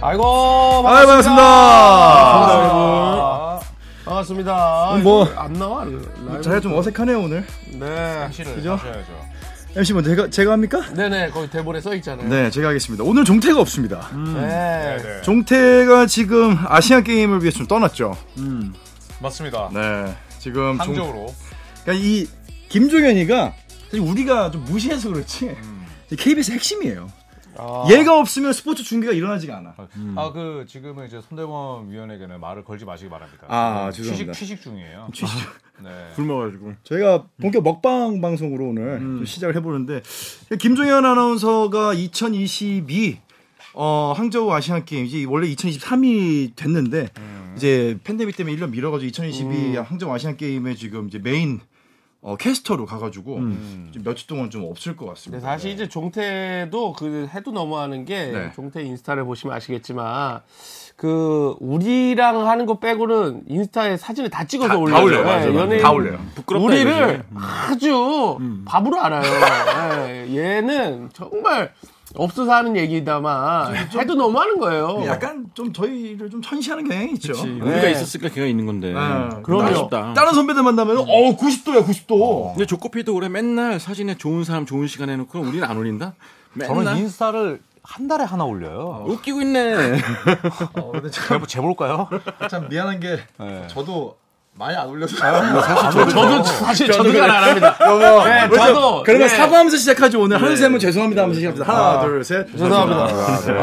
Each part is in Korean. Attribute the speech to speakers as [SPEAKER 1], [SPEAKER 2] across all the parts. [SPEAKER 1] 아이고
[SPEAKER 2] 아이, 반갑습니다.
[SPEAKER 1] 반갑습니다, 여러분. 반갑습니다.
[SPEAKER 2] 뭐.
[SPEAKER 1] 이거 안 나와 라이브.
[SPEAKER 2] 자기가 좀 어색하네요 오늘.
[SPEAKER 1] 네.
[SPEAKER 2] 그죠?
[SPEAKER 3] 그죠?
[SPEAKER 2] MC 먼저 제가 제가 합니까?
[SPEAKER 1] 네네 거기 대본에 써 있잖아요.
[SPEAKER 2] 네, 제가 하겠습니다. 오늘 종태가 없습니다.
[SPEAKER 1] 네.
[SPEAKER 3] 네.
[SPEAKER 2] 종태가 지금 아시안 게임을 위해 좀 떠났죠.
[SPEAKER 3] 맞습니다.
[SPEAKER 2] 네, 지금 종-
[SPEAKER 3] 항적으로
[SPEAKER 2] 그러니까 이 김종현이가 사실 우리가 좀 무시해서 그렇지 KBS 핵심이에요.
[SPEAKER 1] 아.
[SPEAKER 2] 얘가 없으면 스포츠 중계가 일어나지가 않아.
[SPEAKER 3] 아 그 지금은 이제 손대범 위원에게는 말을 걸지 마시기 바랍니다.
[SPEAKER 2] 아,
[SPEAKER 3] 지금
[SPEAKER 2] 죄송합니다.
[SPEAKER 3] 취식 취식 중이에요.
[SPEAKER 2] 취식
[SPEAKER 3] 네.
[SPEAKER 4] 굶어가지고. 음.
[SPEAKER 2] 저희가 본격 먹방 방송으로 오늘 좀 시작을 해보는데 김종현 아나운서가 2022 어, 항저우 아시안 게임 이제 원래 2023이 됐는데
[SPEAKER 4] 음.
[SPEAKER 2] 이제 팬데믹 때문에 1년 미뤄가지고 2022 항저우 아시안 게임에 지금 이제 메인 어, 캐스터로 가가지고
[SPEAKER 4] 음.
[SPEAKER 2] 몇 주 동안 좀 없을 것
[SPEAKER 1] 네,
[SPEAKER 2] 같습니다.
[SPEAKER 1] 사실 이제 종태도 그 해도 넘어가는 게
[SPEAKER 2] 네.
[SPEAKER 1] 종태 인스타를 보시면 아시겠지만 그 우리랑 하는 거 빼고는 인스타에 사진을 다 찍어서 올려요.
[SPEAKER 2] 올려요,
[SPEAKER 1] 네,
[SPEAKER 2] 맞아요, 맞아요.
[SPEAKER 1] 연예인
[SPEAKER 2] 다 올려요.
[SPEAKER 4] 부끄럽다,
[SPEAKER 1] 우리를
[SPEAKER 4] 이거지.
[SPEAKER 1] 아주 밥으로 알아요. 네, 얘는 정말 없어서 하는 얘기다만 해도 너무하는 거예요.
[SPEAKER 2] 네, 약간 좀 저희를 좀 천시하는 경향이 있죠.
[SPEAKER 4] 우리가 있었으니까 걔가 있는 건데.
[SPEAKER 2] 아,
[SPEAKER 1] 그럼요.
[SPEAKER 4] 아쉽다.
[SPEAKER 2] 다른 선배들
[SPEAKER 4] 음.
[SPEAKER 2] 만나면 어 90도야 90도.
[SPEAKER 4] 근데 조코피도 그래 맨날 사진에 좋은 사람 좋은 시간 해놓고 우리는 안 올린다. 맨날 어,
[SPEAKER 3] 저는 인스타를 한 달에 하나 올려요.
[SPEAKER 4] 웃기고 있네.
[SPEAKER 2] 어, 근데 참-
[SPEAKER 3] 제가 재볼까요?
[SPEAKER 2] 참 미안한 게 저도 많이 안 올려서 아,
[SPEAKER 1] 저도 사실 저도 그걸 안 합니다. 네, 저도
[SPEAKER 2] 그러면
[SPEAKER 1] 네.
[SPEAKER 2] 그러니까 사과하면서 시작하죠 오늘 하는 쌤은 죄송합니다 하면서 시작합니다 하나 둘셋
[SPEAKER 1] 죄송합니다.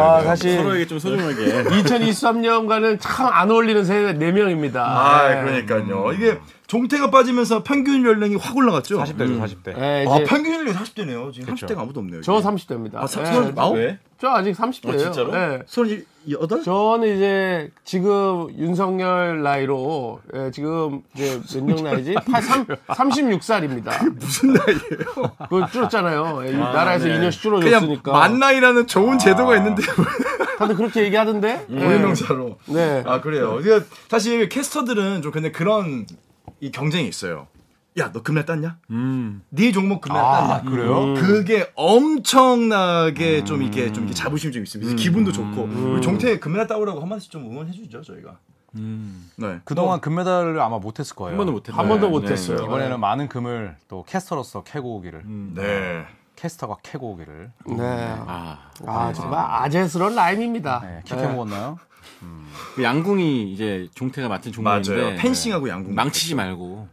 [SPEAKER 1] 아, 사실
[SPEAKER 4] 서로에게 좀 소중하게.
[SPEAKER 1] 2023년과는 참 안 어울리는 세, 네 명입니다.
[SPEAKER 2] 아
[SPEAKER 1] 네.
[SPEAKER 2] 그러니까요 이게 종태가 빠지면서 평균 연령이 확 올라갔죠
[SPEAKER 3] 40대죠, 40대.
[SPEAKER 1] 네,
[SPEAKER 2] 아
[SPEAKER 1] 이제
[SPEAKER 2] 평균 연령이 40대네요 지금 30대가 아무도 없네요
[SPEAKER 1] 저 30대입니다. 예,
[SPEAKER 2] 아, 39? 왜?
[SPEAKER 1] 저 아직 30대예요. 네.
[SPEAKER 2] 38?
[SPEAKER 1] 저는 이제 지금 윤석열 나이로 예, 지금 이제 몇년 나이지? 83, 36살입니다. 그게 무슨 나이예요? 그거 줄었잖아요. 예, 이 나라에서
[SPEAKER 2] 네.
[SPEAKER 1] 2년씩
[SPEAKER 2] 그냥
[SPEAKER 1] 줄어줬으니까.
[SPEAKER 2] 만나이라는 좋은 제도가 있는데
[SPEAKER 1] 다들 그렇게 얘기하던데? 예.
[SPEAKER 2] 고유명사로
[SPEAKER 1] 네.
[SPEAKER 2] 아 그래요 그러니까 사실 캐스터들은 좀 근데 그런 이 경쟁이 있어요 야 너 금메달 땄냐? 네 종목 금메달 땄냐?
[SPEAKER 3] 그래요?
[SPEAKER 2] 그게 엄청나게 좀 이게 좀 이게 자부심이 좀 있습니다. 기분도 좋고 우리 종태 금메달 따오라고 한 번씩 좀 응원해 주죠 저희가. 네.
[SPEAKER 3] 그동안 금메달을 아마 못했을 거예요.
[SPEAKER 4] 한 번도 못했네.
[SPEAKER 1] 한 번도
[SPEAKER 4] 네.
[SPEAKER 1] 못했어요.
[SPEAKER 3] 이번에는 많은 금을 또 캐스터로서 캐고 오기를
[SPEAKER 2] 네.
[SPEAKER 3] 캐스터가 캐고 오기를
[SPEAKER 1] 네.
[SPEAKER 4] 아,
[SPEAKER 1] 아, 정말 아재스러운 라임입니다.
[SPEAKER 3] 네, 킥해 먹었나요?
[SPEAKER 4] 그 양궁이 이제 종태가 맡은 종목인데
[SPEAKER 2] 맞아요. 펜싱하고 양궁.
[SPEAKER 4] 네. 망치지 말고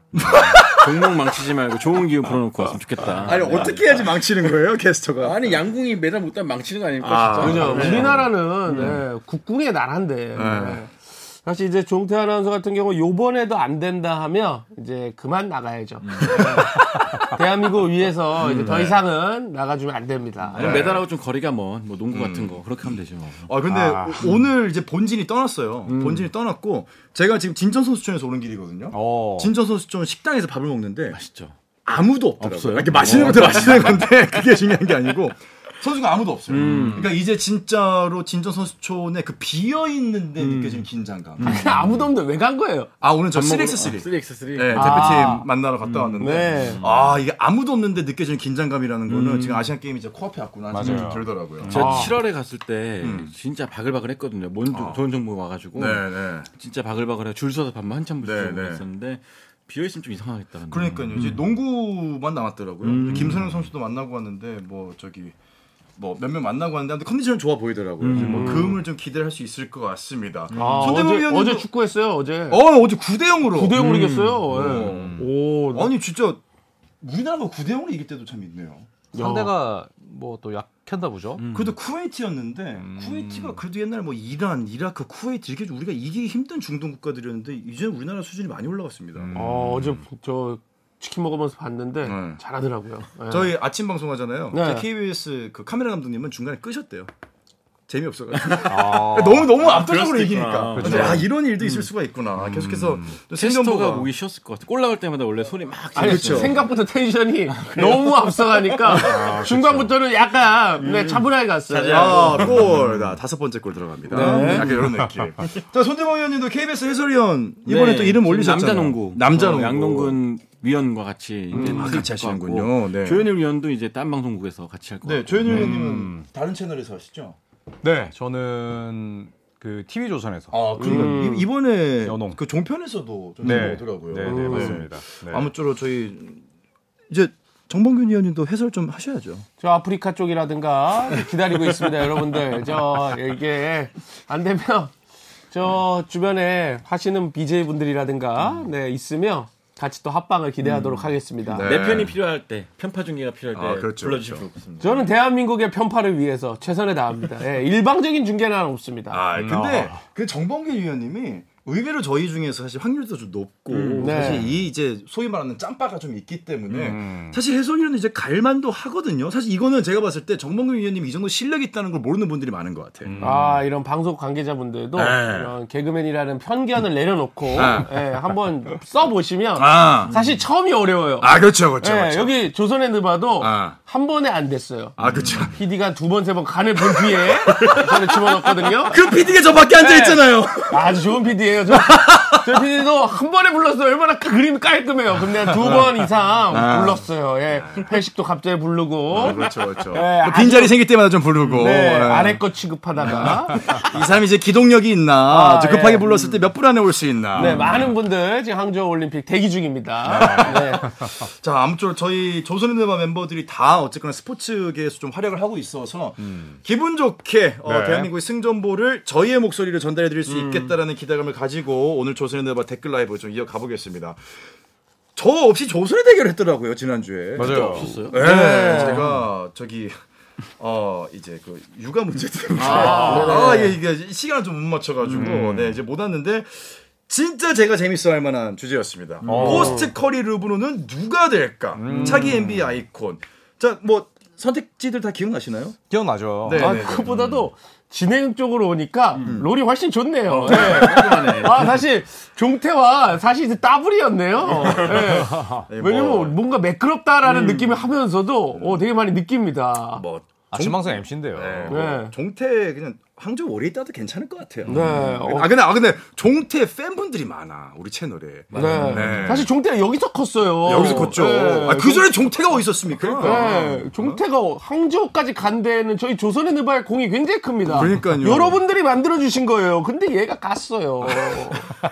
[SPEAKER 4] 종목 망치지 말고 좋은 기운 불어넣고 왔으면 좋겠다.
[SPEAKER 2] 아니 어떻게 해야지 망치는 거예요 캐스터가?
[SPEAKER 4] 아니 양궁이 매달 못 따면 망치는 거 아닙니까?
[SPEAKER 2] 아,
[SPEAKER 4] 진짜.
[SPEAKER 1] 그죠. 우리나라는
[SPEAKER 2] 네.
[SPEAKER 1] 예, 국궁의 나라인데. 예. 사실 이제 종태 아나운서 같은 경우 요번에도 안 된다 하면 이제 그만 나가야죠.
[SPEAKER 2] 음.
[SPEAKER 1] 예. 대한민국 위해서 이제
[SPEAKER 2] 네.
[SPEAKER 1] 더 이상은 나가주면 안 됩니다.
[SPEAKER 4] 아니 메달하고 좀 거리가 먼, 뭐 농구 같은 거 그렇게 하면 되죠. 뭐.
[SPEAKER 2] 아 근데 오- 오늘 이제 본진이 떠났어요. 본진이 떠났고 제가 지금 진천 선수촌에서 오는 길이거든요.
[SPEAKER 3] 어.
[SPEAKER 2] 진천 선수촌 식당에서 밥을 먹는데
[SPEAKER 4] 진짜.
[SPEAKER 2] 아무도 없더라고요.
[SPEAKER 4] 없어요?
[SPEAKER 2] 이렇게 마시는 것도 마시는 건데 그게 중요한 게 아니고 선수가 아무도 없어요. 그러니까 이제 진짜로 진전 선수촌에 그 비어 있는데 느껴지는 긴장감.
[SPEAKER 1] 아무도 없는데 왜 간 거예요?
[SPEAKER 2] 아 오늘 저
[SPEAKER 4] 밥 먹으러-
[SPEAKER 2] 3x3.
[SPEAKER 4] 아, 3x3.
[SPEAKER 2] 네, 대표팀
[SPEAKER 1] 아.
[SPEAKER 2] 만나러 갔다 왔는데
[SPEAKER 1] 네.
[SPEAKER 2] 아 이게 아무도 없는데 느껴지는 긴장감이라는 거는 지금 아시안 게임이 이제 코앞에 왔구나 하는 생각이 좀
[SPEAKER 3] 맞아요.
[SPEAKER 2] 들더라고요.
[SPEAKER 4] 제가
[SPEAKER 1] 아.
[SPEAKER 4] 7월에 갔을 때 진짜 바글바글 했거든요. 뭔 좋은 정보 와가지고
[SPEAKER 2] 음. 아. 네네.
[SPEAKER 4] 진짜 바글바글 해줄 서서 밥만 한참
[SPEAKER 2] 네,
[SPEAKER 4] 붙이고
[SPEAKER 2] 네.
[SPEAKER 4] 있었는데 비어 있으면 좀 이상하겠다. 근데.
[SPEAKER 2] 그러니까요. 이제
[SPEAKER 1] 음.
[SPEAKER 2] 농구만 남았더라고요. 김선영 선수도 만나고 왔는데 뭐 저기 뭐 몇 명 만나고 왔는데 아무튼 컨디션은 좋아 보이더라고요. 이제 뭐 금을 좀 기대할 수 있을 것 같습니다.
[SPEAKER 1] 음. 아,
[SPEAKER 2] 음. 손대범
[SPEAKER 1] 어제,
[SPEAKER 2] 위원님도-
[SPEAKER 1] 어제 축구했어요, 어제.
[SPEAKER 2] 어 음. 어제 9대 0으로. 음.
[SPEAKER 1] 9대 0으로 이겼어요. 예. 오,
[SPEAKER 2] 아니 진짜 우리나라가 9대 0으로 이길 때도 참 있네요.
[SPEAKER 5] 상대가 뭐 또 약했나 보죠.
[SPEAKER 1] 음.
[SPEAKER 2] 그래도 쿠웨이트였는데 쿠웨이트가 그래도 옛날 뭐 이란, 이라크, 쿠웨이트 이렇게 우리가 이기기 힘든 중동 국가들이었는데 이제 는 우리나라 수준이 많이 올라갔습니다.
[SPEAKER 1] 어, 어제 저 치킨 먹으면서 봤는데
[SPEAKER 2] 음. 네.
[SPEAKER 1] 잘하더라고요. 예.
[SPEAKER 2] 저희 아침 방송하잖아요.
[SPEAKER 1] 네.
[SPEAKER 2] 저희 KBS 그 카메라 감독님은 중간에 끄셨대요. 재미없어가지고 아, 너무 너무 압도적으로 이기니까
[SPEAKER 4] 아, 그렇죠.
[SPEAKER 2] 아 이런 일도 있을 수가 있구나 계속해서 또
[SPEAKER 4] 캐스터가
[SPEAKER 2] 생년보가
[SPEAKER 4] 목이 쉬었을 것 같아. 골 나올 때마다 원래 소리 막.
[SPEAKER 1] 아니,
[SPEAKER 2] 그렇죠.
[SPEAKER 1] 생각보다 텐션이 너무 앞서가니까 중간부터는 약간 네, 차분하게 갔어요.
[SPEAKER 2] 아골 나 다섯 번째 골 들어갑니다 네, 약간 이런 느낌 자 손대범 위원님도 KBS 해설위원 이번에
[SPEAKER 4] 네,
[SPEAKER 2] 또 이름
[SPEAKER 4] 지금
[SPEAKER 2] 올리셨잖아요
[SPEAKER 4] 남자 농구.
[SPEAKER 2] 남자
[SPEAKER 4] 어,
[SPEAKER 2] 농구
[SPEAKER 4] 양동근 위원과 같이 이제
[SPEAKER 2] 아,
[SPEAKER 4] 투입할
[SPEAKER 2] 같이
[SPEAKER 4] 것 같고
[SPEAKER 2] 하시는군요. 네.
[SPEAKER 4] 조현일 위원도 이제 딴 방송국에서 같이 할것
[SPEAKER 2] 네,
[SPEAKER 4] 같고.
[SPEAKER 2] 조현일 의원님은 다른 채널에서 하시죠?
[SPEAKER 3] 네, 저는 그 TV 조선에서.
[SPEAKER 2] 아, 그러니까 이- 이번에
[SPEAKER 3] 연홍.
[SPEAKER 2] 그 종편에서도 좀
[SPEAKER 3] 네,
[SPEAKER 2] 나오더라고요.
[SPEAKER 3] 네,
[SPEAKER 2] 네.
[SPEAKER 3] 네, 맞습니다. 네.
[SPEAKER 2] 아무쪼록 저희 이제 정범균 의원님도 해설 좀 하셔야죠.
[SPEAKER 1] 저 아프리카 쪽이라든가 기다리고 있습니다, 여러분들. 저 이게 안 되면 저 주변에 하시는 BJ 분들이라든가 네 있으면 같이 또 합방을 기대하도록 하겠습니다.
[SPEAKER 2] 네.
[SPEAKER 4] 내 편이 필요할 때, 편파 중계가 필요할 때
[SPEAKER 2] 아, 그렇죠,
[SPEAKER 4] 불러주시면
[SPEAKER 2] 그렇죠.
[SPEAKER 4] 좋겠습니다.
[SPEAKER 1] 저는 대한민국의 편파를 위해서 최선을 다합니다. 예, 일방적인 중계는 없습니다.
[SPEAKER 3] 음,
[SPEAKER 2] 아, 근데 그 정범균 의원님이 의외로 저희 중에서 사실 확률도 좀 높고
[SPEAKER 1] 네.
[SPEAKER 2] 사실 이 이제 소위 말하는 짬바가 좀 있기 때문에 사실 해설위원은 이제 갈만도 하거든요. 사실 이거는 제가 봤을 때 정범균 의원님이 이 정도 실력이 있다는 걸 모르는 분들이 많은 것 같아요.
[SPEAKER 1] 아 이런 방송 관계자분들도
[SPEAKER 2] 네.
[SPEAKER 1] 이런 개그맨이라는 편견을 내려놓고 예, 한번 써보시면
[SPEAKER 2] 아,
[SPEAKER 1] 사실 처음이 어려워요.
[SPEAKER 2] 아 그렇죠, 그렇죠,
[SPEAKER 1] 예,
[SPEAKER 2] 그렇죠.
[SPEAKER 1] 여기 조선의 느바도
[SPEAKER 2] 아.
[SPEAKER 1] 한 번에 안 됐어요.
[SPEAKER 2] 아 그렇죠.
[SPEAKER 1] PD가 두 번, 세 번 간을 본 뒤에 저를 집어넣었거든요.
[SPEAKER 2] 그 PD가 저밖에 앉아 있잖아요.
[SPEAKER 1] 아주 좋은 PD예요. 저, 저 PD도 한 번에 불렀어요. 얼마나 그림 깔끔해요. 근데 한
[SPEAKER 2] 아.
[SPEAKER 1] 두 번 이상 불렀어요. 예. 회식도 갑자기 부르고.
[SPEAKER 2] 그렇죠, 그렇죠.
[SPEAKER 1] 네,
[SPEAKER 2] 그 빈자리 생길 때마다 좀 부르고.
[SPEAKER 1] 네,
[SPEAKER 2] 네. 아.
[SPEAKER 1] 아래 거 취급하다가.
[SPEAKER 2] 이 사람이 이제 기동력이 있나.
[SPEAKER 1] 아,
[SPEAKER 2] 저 급하게
[SPEAKER 1] 예.
[SPEAKER 2] 불렀을 때 몇 분 안에 올 수 있나.
[SPEAKER 1] 네, 많은 분들 지금 항저우 올림픽 대기
[SPEAKER 2] 아.
[SPEAKER 1] 중입니다. 네.
[SPEAKER 2] 자, 아무쪼록 저희 조선인들과 멤버들이 다 어쨌거나 스포츠계에서 좀 활약을 하고 있어서 기분 좋게 어,
[SPEAKER 3] 음. 네.
[SPEAKER 2] 대한민국의 승전보를 저희의 목소리로 전달해 드릴 수 있겠다라는 기대감을 가지고 오늘 조선인들과 댓글 라이브 좀 이어가 보겠습니다. 저 없이 조선의 대결 했더라고요, 지난주에.
[SPEAKER 3] 맞아요.
[SPEAKER 2] 네. 제가 저기 어 이제 그 육아 문제 때문에 아, 예, 이게 시간을 좀 못 맞춰가지고 네 이제 못 왔는데 진짜 제가 재밌어 할 만한 주제였습니다. 포스트 커리 르브로는 누가 될까? 차기 NBA 아이콘. 자 뭐 선택지들 다 기억나시나요?
[SPEAKER 3] 기억나죠?
[SPEAKER 2] 네. 음.
[SPEAKER 1] 아, 그것보다도 진행 쪽으로 오니까 롤이 훨씬
[SPEAKER 2] 어,
[SPEAKER 1] 좋네요. 네. 아, 사실 종태와 사실 이제 따블이었네요. 네.
[SPEAKER 2] 네, 어. 뭐, 음.
[SPEAKER 1] 왜냐면 뭔가 매끄럽다라는 느낌을 하면서도 어, 되게 많이 느낍니다.
[SPEAKER 2] 뭐,
[SPEAKER 3] 아, 지망생 MC인데요.
[SPEAKER 2] 네,
[SPEAKER 1] 네.
[SPEAKER 2] 뭐 종태 그냥 항저 월에 있다도 괜찮을 것 같아요.
[SPEAKER 1] 네. 어,
[SPEAKER 2] 아 근데 아 근데 종태 팬분들이 많아 우리 채널에.
[SPEAKER 1] 네. 사실 종태가 여기서 컸어요.
[SPEAKER 2] 뭐, 여기서 컸죠.
[SPEAKER 1] 네.
[SPEAKER 2] 아, 그 전에 종태가 어디 있었습니까?
[SPEAKER 1] 네, 종태가 항저우까지 간 데에는 저희 조선의 느바의 공이 굉장히 큽니다.
[SPEAKER 2] 그러니까요.
[SPEAKER 1] 여러분들이 만들어주신 거예요. 근데 얘가 갔어요.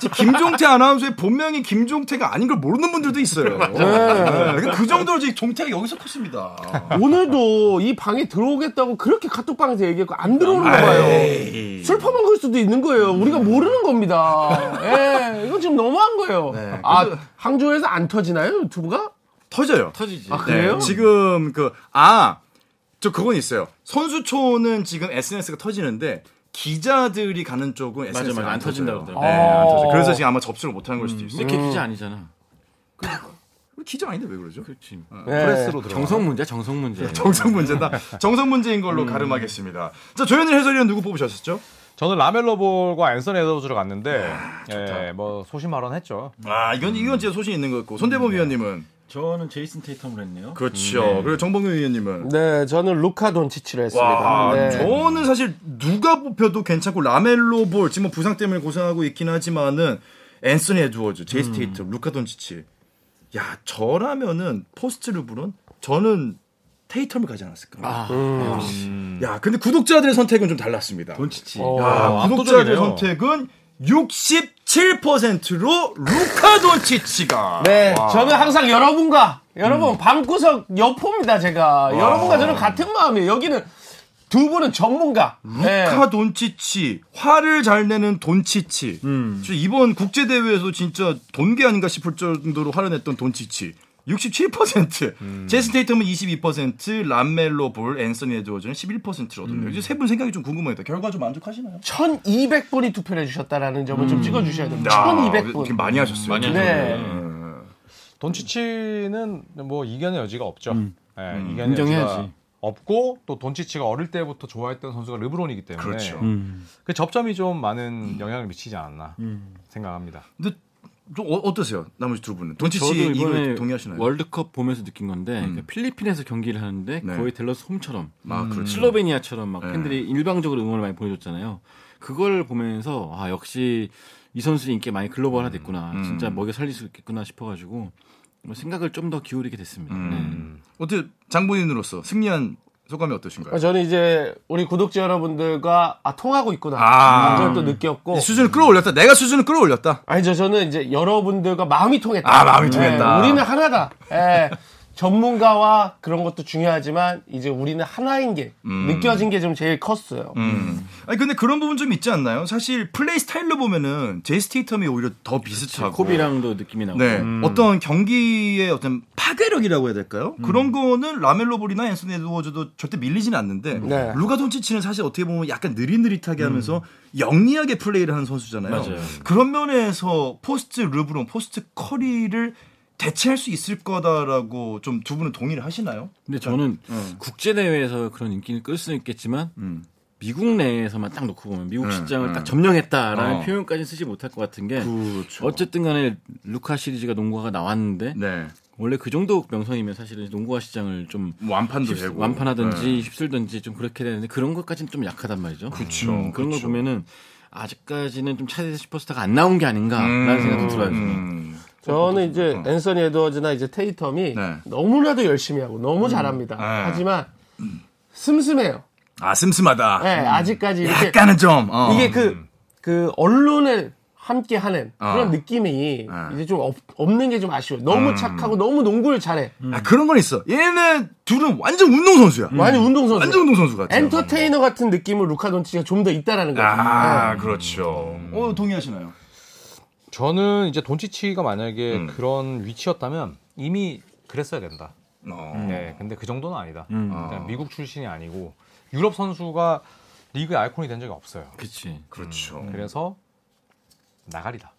[SPEAKER 2] 지금 김종태 아나운서의 본명이 김종태가 아닌 걸 모르는 분들도 있어요. 네. 그 정도로 지금 종태가 여기서 컸습니다.
[SPEAKER 1] 오늘도 이 방에 들어오겠다고 그렇게 카톡방에서 얘기했고 안 들어오는가 봐요.
[SPEAKER 2] 에이.
[SPEAKER 1] 술 퍼먹을 수도 있는 거예요. 우리가 모르는 겁니다. 예, 이건 지금 너무한 거예요.
[SPEAKER 2] 네,
[SPEAKER 1] 아, 항저우에서 안 터지나요? 유튜브가?
[SPEAKER 2] 터져요.
[SPEAKER 4] 터지지.
[SPEAKER 1] 아, 그래요?
[SPEAKER 2] 네. 지금 그, 아, 저 그건 있어요. 선수촌은 지금 SNS가 터지는데 기자들이 가는 쪽은
[SPEAKER 4] 맞아,
[SPEAKER 2] SNS가
[SPEAKER 4] 맞아.
[SPEAKER 2] 안
[SPEAKER 4] 안
[SPEAKER 2] 터진다고
[SPEAKER 4] 터진다고
[SPEAKER 2] 네,
[SPEAKER 4] 그러더라고요.
[SPEAKER 2] 안
[SPEAKER 1] 어.
[SPEAKER 2] 터져요. 그래서 지금 아마 접수를 못 하는 걸 수도 있어요.
[SPEAKER 4] 이렇게 기자 아니잖아.
[SPEAKER 2] 기자 아닌데 왜 그러죠? 네.
[SPEAKER 4] 그렇지.
[SPEAKER 1] 예.
[SPEAKER 3] 프레스로 들어.
[SPEAKER 4] 정성 문제, 정성 문제.
[SPEAKER 2] 정성 문제다. 정성 문제인 걸로 가름하겠습니다. 자, 조현일 해설위원 누구 뽑으셨었죠?
[SPEAKER 3] 저는 라멜로 볼과 앤서니 에드워즈로 갔는데,
[SPEAKER 2] 네.
[SPEAKER 3] 예, 뭐 소신 발언했죠.
[SPEAKER 2] 아, 이건 이건 진짜 소신 있는 것 같고 손대범 위원님은
[SPEAKER 4] 저는 제이슨 테이텀을 했네요.
[SPEAKER 2] 그렇죠. 그리고 정봉근 의원님은
[SPEAKER 1] 네, 저는 루카 돈치치를 했습니다.
[SPEAKER 2] 와,
[SPEAKER 1] 네.
[SPEAKER 2] 저는 사실 누가 뽑혀도 괜찮고 라멜로 볼 지금 뭐 부상 때문에 고생하고 있긴 하지만은 앤서니 에드워즈, 제이스 테이트, 루카 돈치치. 야, 저라면은 포스트 르브론 저는 테이텀을 가지 않았을까. 음. 야, 근데 구독자들의 선택은 좀 달랐습니다.
[SPEAKER 4] 돈치치.
[SPEAKER 1] 어.
[SPEAKER 2] 야,
[SPEAKER 3] 아,
[SPEAKER 2] 구독자들의
[SPEAKER 3] 압도적이네요.
[SPEAKER 2] 선택은 67%로 루카 돈치치가
[SPEAKER 1] 네, 저는 항상 여러분과
[SPEAKER 2] 음.
[SPEAKER 1] 여러분 방구석 여포입니다 제가 여러분과 저는 같은 마음이에요. 여기는 두 분은 전문가. 네.
[SPEAKER 2] 루카 돈치치 화를 잘 내는 돈치치 진짜 이번 국제 대회에서 진짜 돈게 아닌가 싶을 정도로 화를 냈던 돈치치 67% 제스 테이텀은 22% 람멜로 볼 앤서니 에드워즈는 11%를 얻었네요. 이제 세 분 생각이 좀 궁금합니다. 결과 좀 만족하시나요?
[SPEAKER 1] 1200분이 투표를 해주셨다라는 점을 좀 찍어주셔야 됩니다.
[SPEAKER 2] 이렇게
[SPEAKER 1] 1200분.
[SPEAKER 2] 음. 많이 하셨어요.
[SPEAKER 1] 네.
[SPEAKER 3] 돈치치는 뭐 이견의 여지가 없죠. 예, 이견의
[SPEAKER 4] 음, 인정해야지.
[SPEAKER 3] 여지가 없고 또 돈치치가 어릴 때부터 좋아했던 선수가 르브론이기 때문에
[SPEAKER 2] 그렇죠.
[SPEAKER 4] 음.
[SPEAKER 3] 그 접점이 좀 많은 영향을 미치지 않았나 생각합니다.
[SPEAKER 2] 근데 좀 어, 떠세요 나머지 두 분은
[SPEAKER 4] 저도
[SPEAKER 2] 돈치치 이거
[SPEAKER 4] 이번에
[SPEAKER 2] 동의하시나요? 음.
[SPEAKER 4] 월드컵 보면서 느낀 건데 그 필리핀에서 경기를 하는데
[SPEAKER 2] 네.
[SPEAKER 4] 거의 델러스 홈처럼
[SPEAKER 2] 아, 그렇죠.
[SPEAKER 4] 슬로베니아처럼 막 팬들이 일방적으로 응원을 많이 보여줬잖아요. 그걸 보면서
[SPEAKER 2] 음.
[SPEAKER 4] 아 역시 이 선수의 인기 가 많이 글로벌화됐구나. 진짜 먹여 살릴 수 있겠구나 싶어가지고 뭐 생각을 좀 더 기울이게 됐습니다.
[SPEAKER 2] 음.
[SPEAKER 4] 네.
[SPEAKER 2] 어떻게 장본인으로서 승리한 소감이 어떠신가요?
[SPEAKER 1] 저는 이제 우리 구독자 여러분들과 아 통하고 있구나
[SPEAKER 2] 아.
[SPEAKER 1] 이걸 또 느꼈고
[SPEAKER 2] 이 수준을 끌어올렸다. 내가 수준을 끌어올렸다.
[SPEAKER 1] 아니죠. 저는 이제 여러분들과 마음이 통했다.
[SPEAKER 2] 아, 마음이
[SPEAKER 1] 예,
[SPEAKER 2] 통했다.
[SPEAKER 1] 우리는 하나다. 예, 전문가와 그런 것도 중요하지만 이제 우리는 하나인 게
[SPEAKER 2] 음.
[SPEAKER 1] 느껴진 게 좀 제일 컸어요.
[SPEAKER 2] 아니 근데 그런 부분 좀 있지 않나요? 사실 플레이 스타일로 보면은 제스테이텀이 오히려 더 비슷하고
[SPEAKER 4] 코비랑도 느낌이 나고.
[SPEAKER 2] 네. 어떤 경기의 어떤 파괴력이라고 해야 될까요? 그런 거는 라멜로볼이나 앤서니 에드워즈도 절대 밀리진 않는데
[SPEAKER 1] 네.
[SPEAKER 2] 루가 돈치치는 사실 어떻게 보면 약간 느릿느릿하게 하면서 영리하게 플레이를 하는 선수잖아요.
[SPEAKER 4] 맞아요.
[SPEAKER 2] 그런 면에서 포스트 르브론, 포스트 커리를 대체할 수 있을 거다라고 좀 두 분은 동의를 하시나요?
[SPEAKER 4] 근데 저는
[SPEAKER 2] 네. 어.
[SPEAKER 4] 국제 대회에서 그런 인기를 끌 수는 있겠지만
[SPEAKER 2] 음.
[SPEAKER 4] 미국 내에서만 딱 놓고 보면 미국 시장을 딱 점령했다라는
[SPEAKER 2] 네. 어.
[SPEAKER 4] 표현까지는 쓰지 못할 것 같은 게
[SPEAKER 2] 그렇죠.
[SPEAKER 4] 어쨌든 간에 루카 시리즈가 농구가 나왔는데
[SPEAKER 2] 네.
[SPEAKER 4] 원래 그 정도 명성이면 사실은 농구화 시장을 좀
[SPEAKER 2] 뭐 완판도
[SPEAKER 4] 휩쓸-
[SPEAKER 2] 되고 네.
[SPEAKER 4] 완판하든지 휩쓸든지 좀 그렇게 되는데 그런 것까지는 좀 약하단 말이죠. 음,
[SPEAKER 2] 그쵸,
[SPEAKER 4] 그런
[SPEAKER 2] 그렇죠. 그쵸.
[SPEAKER 4] 걸 보면은 아직까지는 좀 차세대 슈퍼스타가 안 나온 게 아닌가라는 생각도 들어요. 저는.
[SPEAKER 2] 음.
[SPEAKER 1] 저는 이제 앤서니 에드워즈나 이제 테이텀이
[SPEAKER 2] 네.
[SPEAKER 1] 너무나도 열심히 하고 너무 잘합니다.
[SPEAKER 2] 네.
[SPEAKER 1] 하지만 슴슴해요.
[SPEAKER 2] 아 슴슴하다.
[SPEAKER 1] 예, 아직까지 이렇게
[SPEAKER 2] 약간은 좀 어.
[SPEAKER 1] 이게 그 그 언론을 함께 하는 그런
[SPEAKER 2] 어.
[SPEAKER 1] 느낌이
[SPEAKER 2] 네.
[SPEAKER 1] 이제 좀 없, 는 게 좀 아쉬워. 요 너무 착하고 너무 농구를 잘해.
[SPEAKER 2] 아, 그런 건 있어. 얘는 둘은 완전 운동 선수야.
[SPEAKER 1] 많이 운동선수.
[SPEAKER 2] 완전 운동 선수 같아.
[SPEAKER 1] 엔터테이너 같은 느낌을 루카 돈치가 좀 더 있다라는 거죠. 네.
[SPEAKER 2] 아, 그렇죠. 어, 동의하시나요?
[SPEAKER 5] 저는 이제 돈치치가 만약에
[SPEAKER 4] 음.
[SPEAKER 5] 그런 위치였다면 이미 그랬어야 된다.
[SPEAKER 2] 어.
[SPEAKER 4] 음.
[SPEAKER 5] 네, 근데 그 정도는 아니다.
[SPEAKER 4] 어.
[SPEAKER 5] 그냥 미국 출신이 아니고 유럽 선수가 리그의 아이콘이 된 적이 없어요.
[SPEAKER 4] 그치.
[SPEAKER 2] 그렇죠.
[SPEAKER 5] 그래서 나가리다.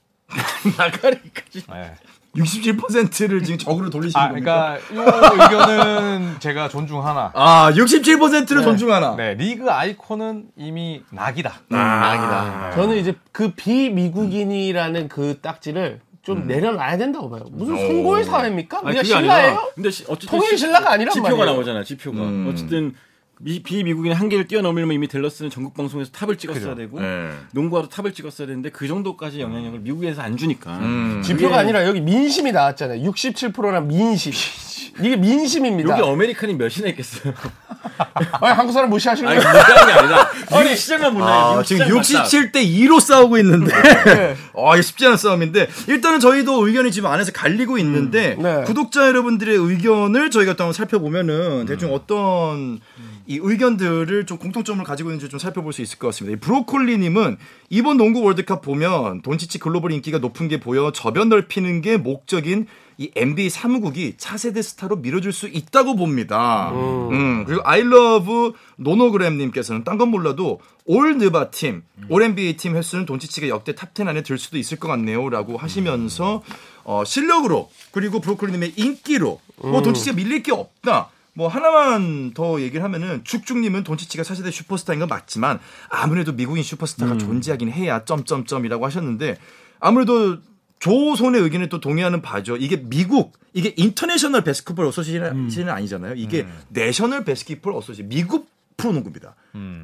[SPEAKER 4] 나가리까지.
[SPEAKER 5] 네.
[SPEAKER 2] 67%를 지금 적으로 돌리시는
[SPEAKER 5] 아,
[SPEAKER 2] 겁니까?
[SPEAKER 5] 그러니까 이 의견은 제가 존중하나.
[SPEAKER 2] 아, 67%를 존중하나.
[SPEAKER 5] 네, 리그 아이콘은 이미 낙이다.
[SPEAKER 4] 음,
[SPEAKER 2] 아.
[SPEAKER 4] 나가리다.
[SPEAKER 1] 저는 이제 그 비미국인이라는 그 딱지를 좀 내려놔야 된다고 봐요. 무슨 선거의 사회입니까? 우리가 신라예요?
[SPEAKER 4] 근데 시- 어쨌든
[SPEAKER 1] 통일
[SPEAKER 4] 시-
[SPEAKER 1] 신라가 아니란
[SPEAKER 4] 지표가
[SPEAKER 1] 말이에요.
[SPEAKER 4] 나오잖아. 지표가.
[SPEAKER 2] 음.
[SPEAKER 4] 어쨌든 미, 비미국인 한계를 뛰어넘으려면 이미 댈러스는 전국 방송에서 탑을 찍었어야 되고
[SPEAKER 2] 네.
[SPEAKER 4] 농구화로 탑을 찍었어야 되는데 그 정도까지 영향력을 미국에서 안 주니까
[SPEAKER 2] 음.
[SPEAKER 1] 지표가 아니라 여기 민심이 나왔잖아요. 67%나 민심. 이게 민심입니다.
[SPEAKER 4] 여기 어- 아메리칸이 몇이나 있겠어요?
[SPEAKER 1] 아니, 한국 사람 무시하시는
[SPEAKER 4] 아니
[SPEAKER 1] 거예요?
[SPEAKER 4] 못하는 게 아니라 미국 네. 시장만 못나요
[SPEAKER 2] 아, 지금 67대 2로 싸우고 있는데. 아, 이거 쉽지 않은 싸움인데. 일단은 저희도 의견이 지금 안에서 갈리고 있는데.
[SPEAKER 4] 음.
[SPEAKER 1] 네.
[SPEAKER 2] 구독자 여러분들의 의견을 저희가 또 한번 살펴보면은 대충 어떤 이 의견들을 좀 공통점을 가지고 있는지 좀 살펴볼 수 있을 것 같습니다. 이 브로콜리님은 이번 농구 월드컵 보면 돈치치 글로벌 인기가 높은 게 보여 저변 넓히는 게 목적인 이 NBA 사무국이 차세대 스타로 밀어줄 수 있다고 봅니다. 음, 그리고 아이러브 노노그램님께서는 딴 건 몰라도 올 느바 팀, 올 NBA 팀 횟수는 돈치치가 역대 탑10 안에 들 수도 있을 것 같네요라고 하시면서 어, 실력으로 그리고 브로콜리님의 인기로 뭐 돈치치가 밀릴 게 없다. 뭐 하나만 더 얘기를 하면은 죽죽님은 돈치치가 차세대 슈퍼스타인 건 맞지만 아무래도 미국인 슈퍼스타가 존재하긴 해야 점점점이라고 하셨는데 아무래도 조선의 의견에 또 동의하는 바죠. 이게 미국, 이게 인터내셔널 베스킷볼 어소시에이션은 아니잖아요. 이게 내셔널 베스킷볼 어소시 미국 프로농구입니다.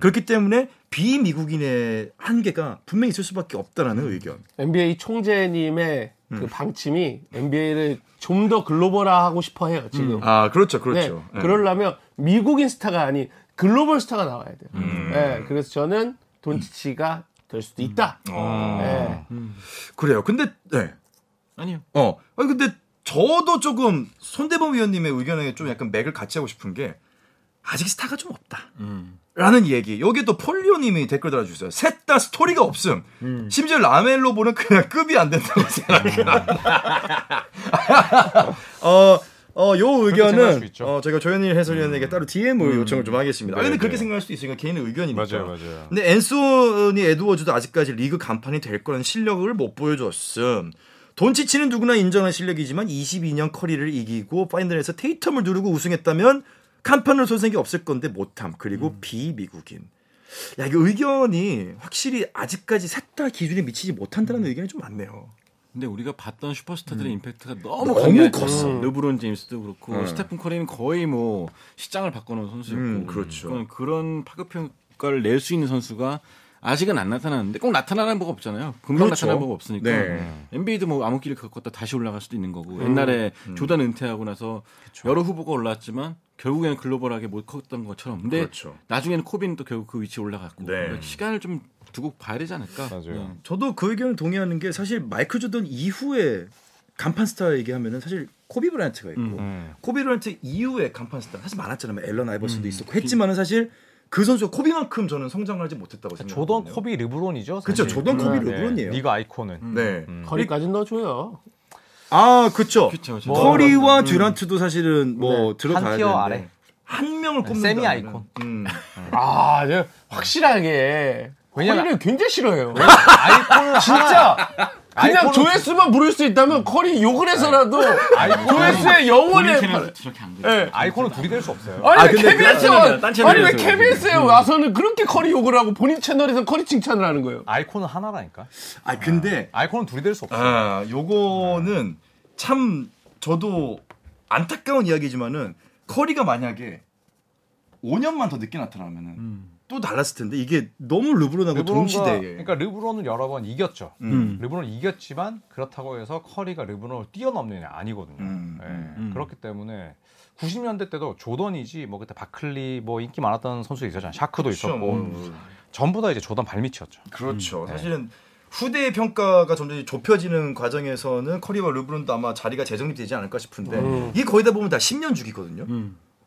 [SPEAKER 2] 그렇기 때문에 비미국인의 한계가 분명히 있을 수밖에 없다라는 의견.
[SPEAKER 1] NBA 총재님의
[SPEAKER 2] 음.
[SPEAKER 1] 그 방침이 NBA를 좀 더 글로벌화하고 싶어 해요, 지금.
[SPEAKER 2] 아, 그렇죠.
[SPEAKER 1] 네, 그러려면 미국인 스타가 아닌 글로벌 스타가 나와야 돼요.
[SPEAKER 2] 음.
[SPEAKER 1] 네, 그래서 저는 돈치치가 될 수도 있다.
[SPEAKER 2] 음.
[SPEAKER 1] 네.
[SPEAKER 2] 어. 그래요. 근데 네.
[SPEAKER 4] 아니요.
[SPEAKER 2] 어. 아니 근데 저도 조금 손대범 위원님의 의견에 좀 약간 맥을 같이 하고 싶은 게 아직 스타가 좀 없다. 라는 얘기. 여기 또 폴리오님이 댓글 달아주셨어요. 셋 다 스토리가 없음. 심지어 라멜로 보는 그냥 급이 안 된다고 생각합니다. 어, 어, 요
[SPEAKER 5] 생각할 수
[SPEAKER 2] 의견은
[SPEAKER 5] 있죠.
[SPEAKER 2] 어, 저희가 조현일 해설위원에게 따로 DM을 요청을 좀 하겠습니다. 아, 근데 그렇게 생각할 수도 있으니까 개인의 의견이니까.
[SPEAKER 5] 맞아요, 맞아요.
[SPEAKER 2] 근데 앤소니 에드워즈도 아직까지 리그 간판이 될 거라는 실력을 못 보여줬음. 돈치치는 누구나 인정한 실력이지만 22년 커리를 이기고 파이널에서 테이텀을 누르고 우승했다면 간판을 손색이 없을 건데 못함. 그리고 비미국인. 야, 이게 의견이 확실히 아직까지 셋 다 기준에 미치지 못한다는 의견이 좀 많네요.
[SPEAKER 4] 근데 우리가 봤던 슈퍼스타들의 임팩트가 너무
[SPEAKER 2] 음. 너무
[SPEAKER 4] 큰 게-
[SPEAKER 2] 컸어. 어.
[SPEAKER 4] 음. 르브론 제임스도 그렇고 스테픈 커리는 거의 뭐 시장을 바꿔놓은 선수였고
[SPEAKER 2] 음, 그렇죠.
[SPEAKER 4] 그런- 그런 파급 평가를 낼 수 있는 선수가 아직은 안 나타나는데 꼭 나타나는 뭐가 없잖아요. 금방
[SPEAKER 2] 그렇죠.
[SPEAKER 4] 나타나는 뭐가 없으니까
[SPEAKER 2] 네. 음,
[SPEAKER 4] NBA도 뭐 아무 길을 걷다 다시 올라갈 수도 있는 거고 옛날에 조단 은퇴하고 나서 여러 후보가 올라왔지만 결국에는 글로벌하게 못 컸던 것처럼. 근데
[SPEAKER 2] 그렇죠.
[SPEAKER 4] 나중에는 코비는 또 결국 그 위치에 올라갔고
[SPEAKER 2] 네.
[SPEAKER 4] 그러니까 시간을 좀 두고 봐야 되지 않을까.
[SPEAKER 3] 맞아요.
[SPEAKER 4] 네.
[SPEAKER 2] 저도 그 의견을 동의하는 게 사실 마이클 조던 이후에 간판 스타 얘기하면은 사실 코비 브라이언트가 있고
[SPEAKER 5] 음.
[SPEAKER 2] 코비 브라이언트 이후에 간판 스타 사실 많았잖아요. 뭐 앨런 아이버슨도
[SPEAKER 5] 음.
[SPEAKER 2] 있었고 했지만은 사실 그 선수 코비만큼 저는 성장을 하지 못했다고
[SPEAKER 5] 아, 조던,
[SPEAKER 2] 생각해요.
[SPEAKER 5] 코비, 르브론이죠.
[SPEAKER 2] 그렇죠.
[SPEAKER 5] 사실.
[SPEAKER 2] 조던 코비
[SPEAKER 5] 네.
[SPEAKER 2] 르브론이에요.
[SPEAKER 5] 리그 아이콘은.
[SPEAKER 2] 네.
[SPEAKER 5] 음.
[SPEAKER 1] 거리까지 넣어줘요.
[SPEAKER 2] 아, 그렇죠.
[SPEAKER 4] 그쵸, 진짜.
[SPEAKER 2] 커리와 듀란트도 사실은 뭐 들어가야
[SPEAKER 5] 음. 네. 한 티어
[SPEAKER 2] 되는데 한 명을 꼽는다.
[SPEAKER 5] 세미 아이콘.
[SPEAKER 2] 음.
[SPEAKER 1] 아, 저 확실하게.
[SPEAKER 5] 왜냐면-
[SPEAKER 1] 커리를 굉장히 싫어해요.
[SPEAKER 5] 아이콘은
[SPEAKER 1] 진짜 그냥 조회수만 부를 수
[SPEAKER 5] 음.
[SPEAKER 1] 있다면 커리 욕을 해서라도 조회수의 영원의
[SPEAKER 4] 본인 채널에서 저렇게 안 돼.
[SPEAKER 1] 예.
[SPEAKER 5] 아이콘은 둘이 될 수 없어요.
[SPEAKER 1] 아니
[SPEAKER 2] 아,
[SPEAKER 1] 왜
[SPEAKER 2] 근데
[SPEAKER 1] KBS에
[SPEAKER 2] 딴
[SPEAKER 1] 와,
[SPEAKER 2] 채널에서, 딴
[SPEAKER 1] 아니 왜
[SPEAKER 2] 채널에서.
[SPEAKER 1] KBS에 와서는 그렇게 커리 욕을 하고 본인 채널에서 커리 칭찬을 하는 거예요.
[SPEAKER 5] 아이콘은 하나라니까.
[SPEAKER 2] 아, 근데
[SPEAKER 5] 아이콘은 둘이 될 수 없어요.
[SPEAKER 2] 아, 요거는 참 저도 안타까운 이야기지만은 커리가 만약에 5년만 더 늦게 나타나면은 또 달랐을 텐데 이게 너무 르브론하고 동시대에
[SPEAKER 5] 그러니까 르브론은 여러 번 이겼죠.
[SPEAKER 2] 음.
[SPEAKER 5] 르브론 이겼지만 그렇다고 해서 커리가 르브론을 뛰어넘느냐 아니거든요.
[SPEAKER 2] 음,
[SPEAKER 5] 예,
[SPEAKER 4] 음.
[SPEAKER 5] 그렇기 때문에 90년대 때도 조던이지 뭐 그때 바클리 뭐 인기 많았던 선수 있었잖아요. 샤크도
[SPEAKER 2] 그렇죠.
[SPEAKER 5] 있었고
[SPEAKER 2] 뭐,
[SPEAKER 5] 전부 다 이제 조던 발밑이었죠.
[SPEAKER 2] 그렇죠. 사실은 후대의 평가가 점점 좁혀지는 과정에서는 커리와 르브론도 아마 자리가 재정립되지 않을까 싶은데 이게 거의 다 보면 다 10년 주기거든요.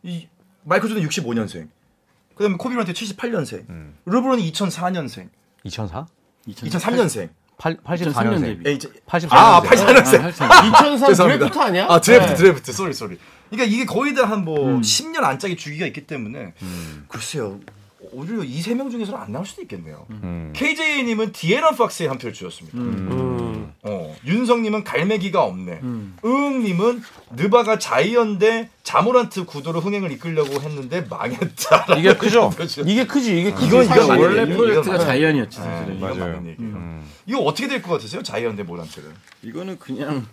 [SPEAKER 2] 이 마이클 조던 65년생. 그다음에 코비 브라이언트 78년생.
[SPEAKER 5] 음.
[SPEAKER 2] 르브론이 2004년생.
[SPEAKER 5] 2004?
[SPEAKER 2] 2003년생.
[SPEAKER 5] 8,
[SPEAKER 4] 2003년
[SPEAKER 5] 84년생.
[SPEAKER 4] 데뷔.
[SPEAKER 2] 에, 이제-
[SPEAKER 5] 84년생.
[SPEAKER 2] 아,
[SPEAKER 4] 아,
[SPEAKER 2] 84년생.
[SPEAKER 4] 할수 있는
[SPEAKER 1] 2003
[SPEAKER 2] 죄송합니다.
[SPEAKER 1] 드래프트 아니야?
[SPEAKER 2] 아, 드래프트,
[SPEAKER 1] 네.
[SPEAKER 2] 드래프트. 쏘리, 쏘리. 그러니까 이게 거의 다 한 뭐 10년 안짝의 주기가 있기 때문에 글쎄요. 오히려 이 세 명 중에서는 안 나올 수도 있겠네요.
[SPEAKER 5] 음.
[SPEAKER 2] KJ님은 디에런 박스에 한 표를 주셨습니다.
[SPEAKER 1] 음.
[SPEAKER 2] 어, 윤성님은 갈매기가 없네. 응님은 느바가 자이언데 자모란트 구도로 흥행을 이끌려고 했는데 망했다.
[SPEAKER 5] 이게 크죠?
[SPEAKER 1] 네. 이게 크지 이게 크지.
[SPEAKER 2] 이건- 이건
[SPEAKER 1] 사실.
[SPEAKER 2] 아, 맞네.
[SPEAKER 4] 그러니까 원래 프로젝트가
[SPEAKER 2] 이건-
[SPEAKER 4] 자이언이었지
[SPEAKER 2] 네,
[SPEAKER 4] 사실은.
[SPEAKER 2] 이건
[SPEAKER 5] 맞아요.
[SPEAKER 2] 맞는 얘기예요. 이거 어떻게 될 것 같으세요? 자이언데 모란트는
[SPEAKER 4] 이거는 그냥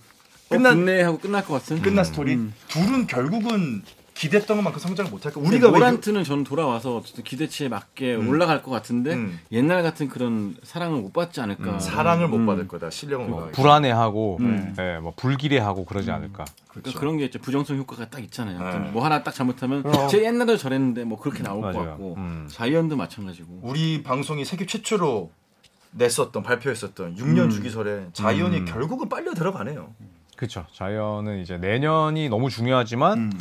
[SPEAKER 2] 끝난-
[SPEAKER 4] 끝난 하고 끝날 것 같은. 음.
[SPEAKER 2] 끝난 스토리. 둘은 결국은 기대했던 것만큼 성장을 못할 거. 우리가
[SPEAKER 4] 우리가
[SPEAKER 2] 왜
[SPEAKER 4] 모란트는 저는 돌아와서 어쨌든 기대치에 맞게 올라갈 것 같은데
[SPEAKER 2] 음.
[SPEAKER 4] 옛날 같은 그런 사랑을 못 받지 않을까.
[SPEAKER 2] 이렇게 사랑을 못 받을 거다. 실력은 못 받을 거다.
[SPEAKER 5] 아, 음. 불안해하고
[SPEAKER 2] 음.
[SPEAKER 5] 예, 뭐 불길해하고 그러지 않을까.
[SPEAKER 4] 그런게 있죠. 부정성 효과가 딱 있잖아요.
[SPEAKER 2] 그렇죠. 네.
[SPEAKER 4] 어떤 뭐 하나 딱 잘못하면 제 옛날에도 저랬는데 뭐 그렇게 나올 것
[SPEAKER 5] 맞아요.
[SPEAKER 4] 같고
[SPEAKER 5] 음.
[SPEAKER 4] 자이언도 마찬가지고.
[SPEAKER 2] 우리 방송이 세계 최초로 냈었던 발표했었던 6년
[SPEAKER 5] 음.
[SPEAKER 2] 주기설에 자이언이 결국은 빨려 들어가네요.
[SPEAKER 5] 그렇죠. 자이언은 이제 내년이 너무 중요하지만
[SPEAKER 2] 음.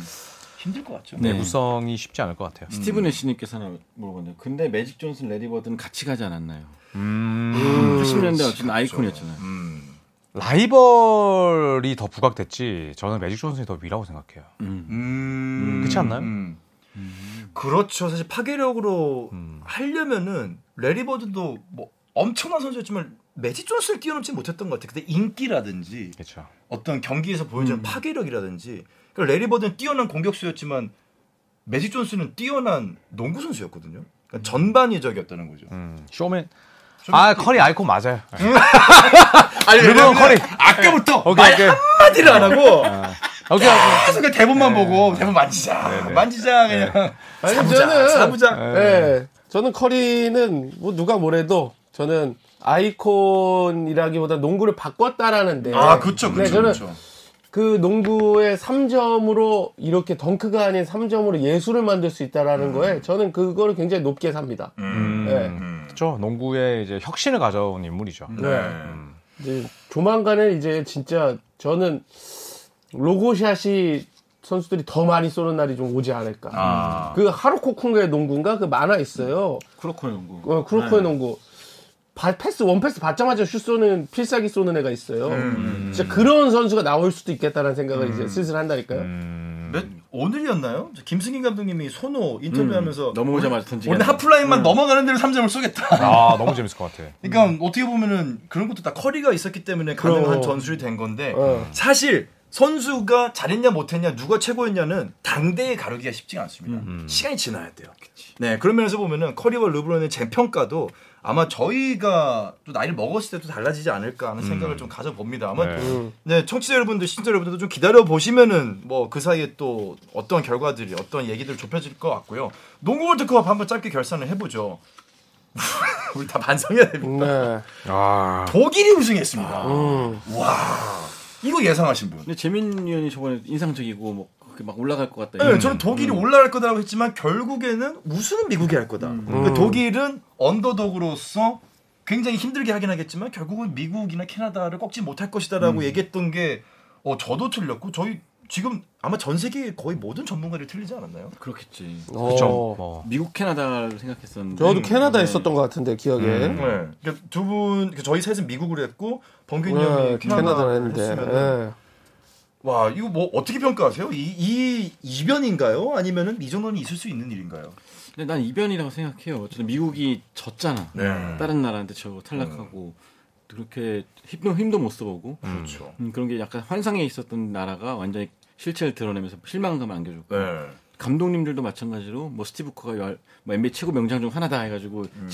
[SPEAKER 2] 힘들 것 같죠.
[SPEAKER 4] 네. 음.
[SPEAKER 5] 내구성이 쉽지 않을 것 같아요.
[SPEAKER 4] 스티븐 애쉬님께서 하나 물어봤네요. 근데 매직 존슨 레디버드는 같이 가지 않았나요?
[SPEAKER 5] 음.
[SPEAKER 4] 80년대
[SPEAKER 2] 그렇죠.
[SPEAKER 4] 어쨌든 아이콘이었잖아요.
[SPEAKER 2] 음.
[SPEAKER 5] 라이벌이 더 부각됐지 저는 매직 존슨이 더 위라고 생각해요.
[SPEAKER 4] 음.
[SPEAKER 2] 음.
[SPEAKER 5] 그렇지 않나요?
[SPEAKER 2] 음. 그렇죠. 사실 파괴력으로
[SPEAKER 5] 음.
[SPEAKER 2] 하려면은 레리버드도 뭐 엄청난 선수였지만 매직 존스를 뛰어넘지 못했던 것 같아요. 근데 인기라든지
[SPEAKER 5] 그렇죠.
[SPEAKER 2] 어떤 경기에서
[SPEAKER 1] 음.
[SPEAKER 2] 보여주는 파괴력이라든지 그러니까 레리버드는 뛰어난 공격수였지만 매직 존스는 뛰어난 농구 선수였거든요.
[SPEAKER 1] 음.
[SPEAKER 2] 그러니까 전반이적이었다는 거죠.
[SPEAKER 5] 음. 쇼맨. 아 커리 아이콘 맞아요. 네.
[SPEAKER 2] 아니
[SPEAKER 5] 르브론
[SPEAKER 2] 왜냐면은
[SPEAKER 5] 커리.
[SPEAKER 1] 네.
[SPEAKER 2] 아까부터
[SPEAKER 5] 오케이 오케이.
[SPEAKER 2] 한마디를 안 하고
[SPEAKER 1] 아.
[SPEAKER 5] 오케이 오케이.
[SPEAKER 2] 계속 그냥 대본만
[SPEAKER 1] 네.
[SPEAKER 2] 보고 대본 만지자 만지자 그냥
[SPEAKER 1] 아니,
[SPEAKER 2] 사부작
[SPEAKER 1] 저는-
[SPEAKER 2] 사부작
[SPEAKER 1] 예. 저는 커리는 뭐 누가 뭐래도 저는 아이콘이라기보다 농구를 바꿨다라는데.
[SPEAKER 2] 아 그쵸
[SPEAKER 1] 네,
[SPEAKER 2] 그쵸
[SPEAKER 1] 저는
[SPEAKER 2] 그쵸.
[SPEAKER 1] 그 농구의 3점으로 이렇게 덩크가 아닌 3점으로 예술을 만들 수 있다라는 거에 저는 그거를 굉장히 높게 삽니다.
[SPEAKER 2] 음.
[SPEAKER 1] 예.
[SPEAKER 5] 그렇죠. 농구에 이제 혁신을 가져온 인물이죠.
[SPEAKER 2] 네.
[SPEAKER 1] 이제 조만간에 이제 진짜 저는 로고샷이 선수들이 더 많이 쏘는 날이 좀 오지 않을까.
[SPEAKER 2] 아.
[SPEAKER 1] 그 하루코 쿵의 농구인가 그 만화 있어요.
[SPEAKER 2] 그렇죠.
[SPEAKER 4] 크로커 연구.
[SPEAKER 1] 어, 크로코의
[SPEAKER 2] 네.
[SPEAKER 1] 농구. 바- 패스 원 패스 받자마자 슛 쏘는 필살기 쏘는 애가 있어요.
[SPEAKER 2] 음.
[SPEAKER 1] 진짜 그런 선수가 나올 수도 있겠다는 생각을 이제 슬슬 한다니까요.
[SPEAKER 2] 음.
[SPEAKER 5] 음.
[SPEAKER 2] 몇, 오늘이었나요? 저 김승인 감독님이 손호 인터뷰하면서
[SPEAKER 4] 음.
[SPEAKER 1] 음.
[SPEAKER 4] 넘어오자마자 던지게
[SPEAKER 2] 오늘
[SPEAKER 4] 하는.
[SPEAKER 2] 하프라인만 넘어가는 대로 3점을 쏘겠다.
[SPEAKER 5] 아 너무 재밌을 것 같아.
[SPEAKER 2] 그러니까 어떻게 보면은 그런 것도 다 커리가 있었기 때문에 가능한
[SPEAKER 1] 음. 그럼.
[SPEAKER 2] 전술이 된 건데
[SPEAKER 1] 어.
[SPEAKER 2] 사실 선수가 잘했냐 못했냐 누가 최고였냐는 당대에 가르기가 쉽지가 않습니다.
[SPEAKER 1] 음.
[SPEAKER 2] 시간이 지나야 돼요. 네 그런 면에서 보면은 커리와 르브론의 재평가도 아마 저희가 또 나이를 먹었을 때도 달라지지 않을까 하는 생각을 좀 가져봅니다만
[SPEAKER 5] 네.
[SPEAKER 1] 음.
[SPEAKER 2] 네, 청취자 여러분들, 시청자 여러분들도 좀 기다려 보시면은 뭐 그 사이에 또 어떤 결과들이 어떤 얘기들 좁혀질 것 같고요. 농구 월드컵 한번 짧게 결산을 해보죠. 우리 다 반성해야 됩니다.
[SPEAKER 1] 네.
[SPEAKER 5] 아.
[SPEAKER 2] 독일이 우승했습니다.
[SPEAKER 1] 음.
[SPEAKER 2] 이거 예상하신 분?
[SPEAKER 4] 근데 재민 위원이 저번에 인상적이고 뭐 그렇게 막 올라갈 것 같다.
[SPEAKER 2] 네, 저는 독일이 올라갈 거다라고 했지만 결국에는 우승은 미국이 할 거다. 근데 독일은 언더독으로서 굉장히 힘들게 하긴 하겠지만 결국은 미국이나 캐나다를 꺾지 못할 것이다라고 얘기했던 게 어, 저도 틀렸고 저희 지금 아마 전 세계 거의 모든 전문가들이 틀리지 않았나요?
[SPEAKER 4] 그렇겠지.
[SPEAKER 1] 어.
[SPEAKER 5] 뭐.
[SPEAKER 4] 미국 캐나다를 생각했었는데.
[SPEAKER 1] 저도 캐나다에
[SPEAKER 4] 네.
[SPEAKER 1] 있었던 것 같은데 기억에.
[SPEAKER 2] 네. 그러니까 두분 저희 셋은 미국으로 했고 범균
[SPEAKER 1] 네,
[SPEAKER 2] 형이
[SPEAKER 1] 캐나다를
[SPEAKER 2] 음. 캐나다를
[SPEAKER 1] 했는데.
[SPEAKER 2] 했으면
[SPEAKER 1] 네.
[SPEAKER 2] 와 이거 뭐 어떻게 평가하세요? 이, 이 이변인가요? 아니면은 이 정도는 있을 수 있는 일인가요?
[SPEAKER 4] 근데 난 이변이라고 생각해요. 어쨌든 미국이 졌잖아.
[SPEAKER 2] 네.
[SPEAKER 4] 다른 나라한테 저 탈락하고 그렇게 힘도 힘도 못 써보고
[SPEAKER 2] 그렇죠.
[SPEAKER 4] 음, 그런 게 약간 환상에 있었던 나라가 완전히 실체를 드러내면서 실망감을 안겨주고
[SPEAKER 2] 네.
[SPEAKER 4] 감독님들도 마찬가지로 뭐 스티브 커가 열- 뭐 NBA 최고 명장 중 하나다 해가지고 뭐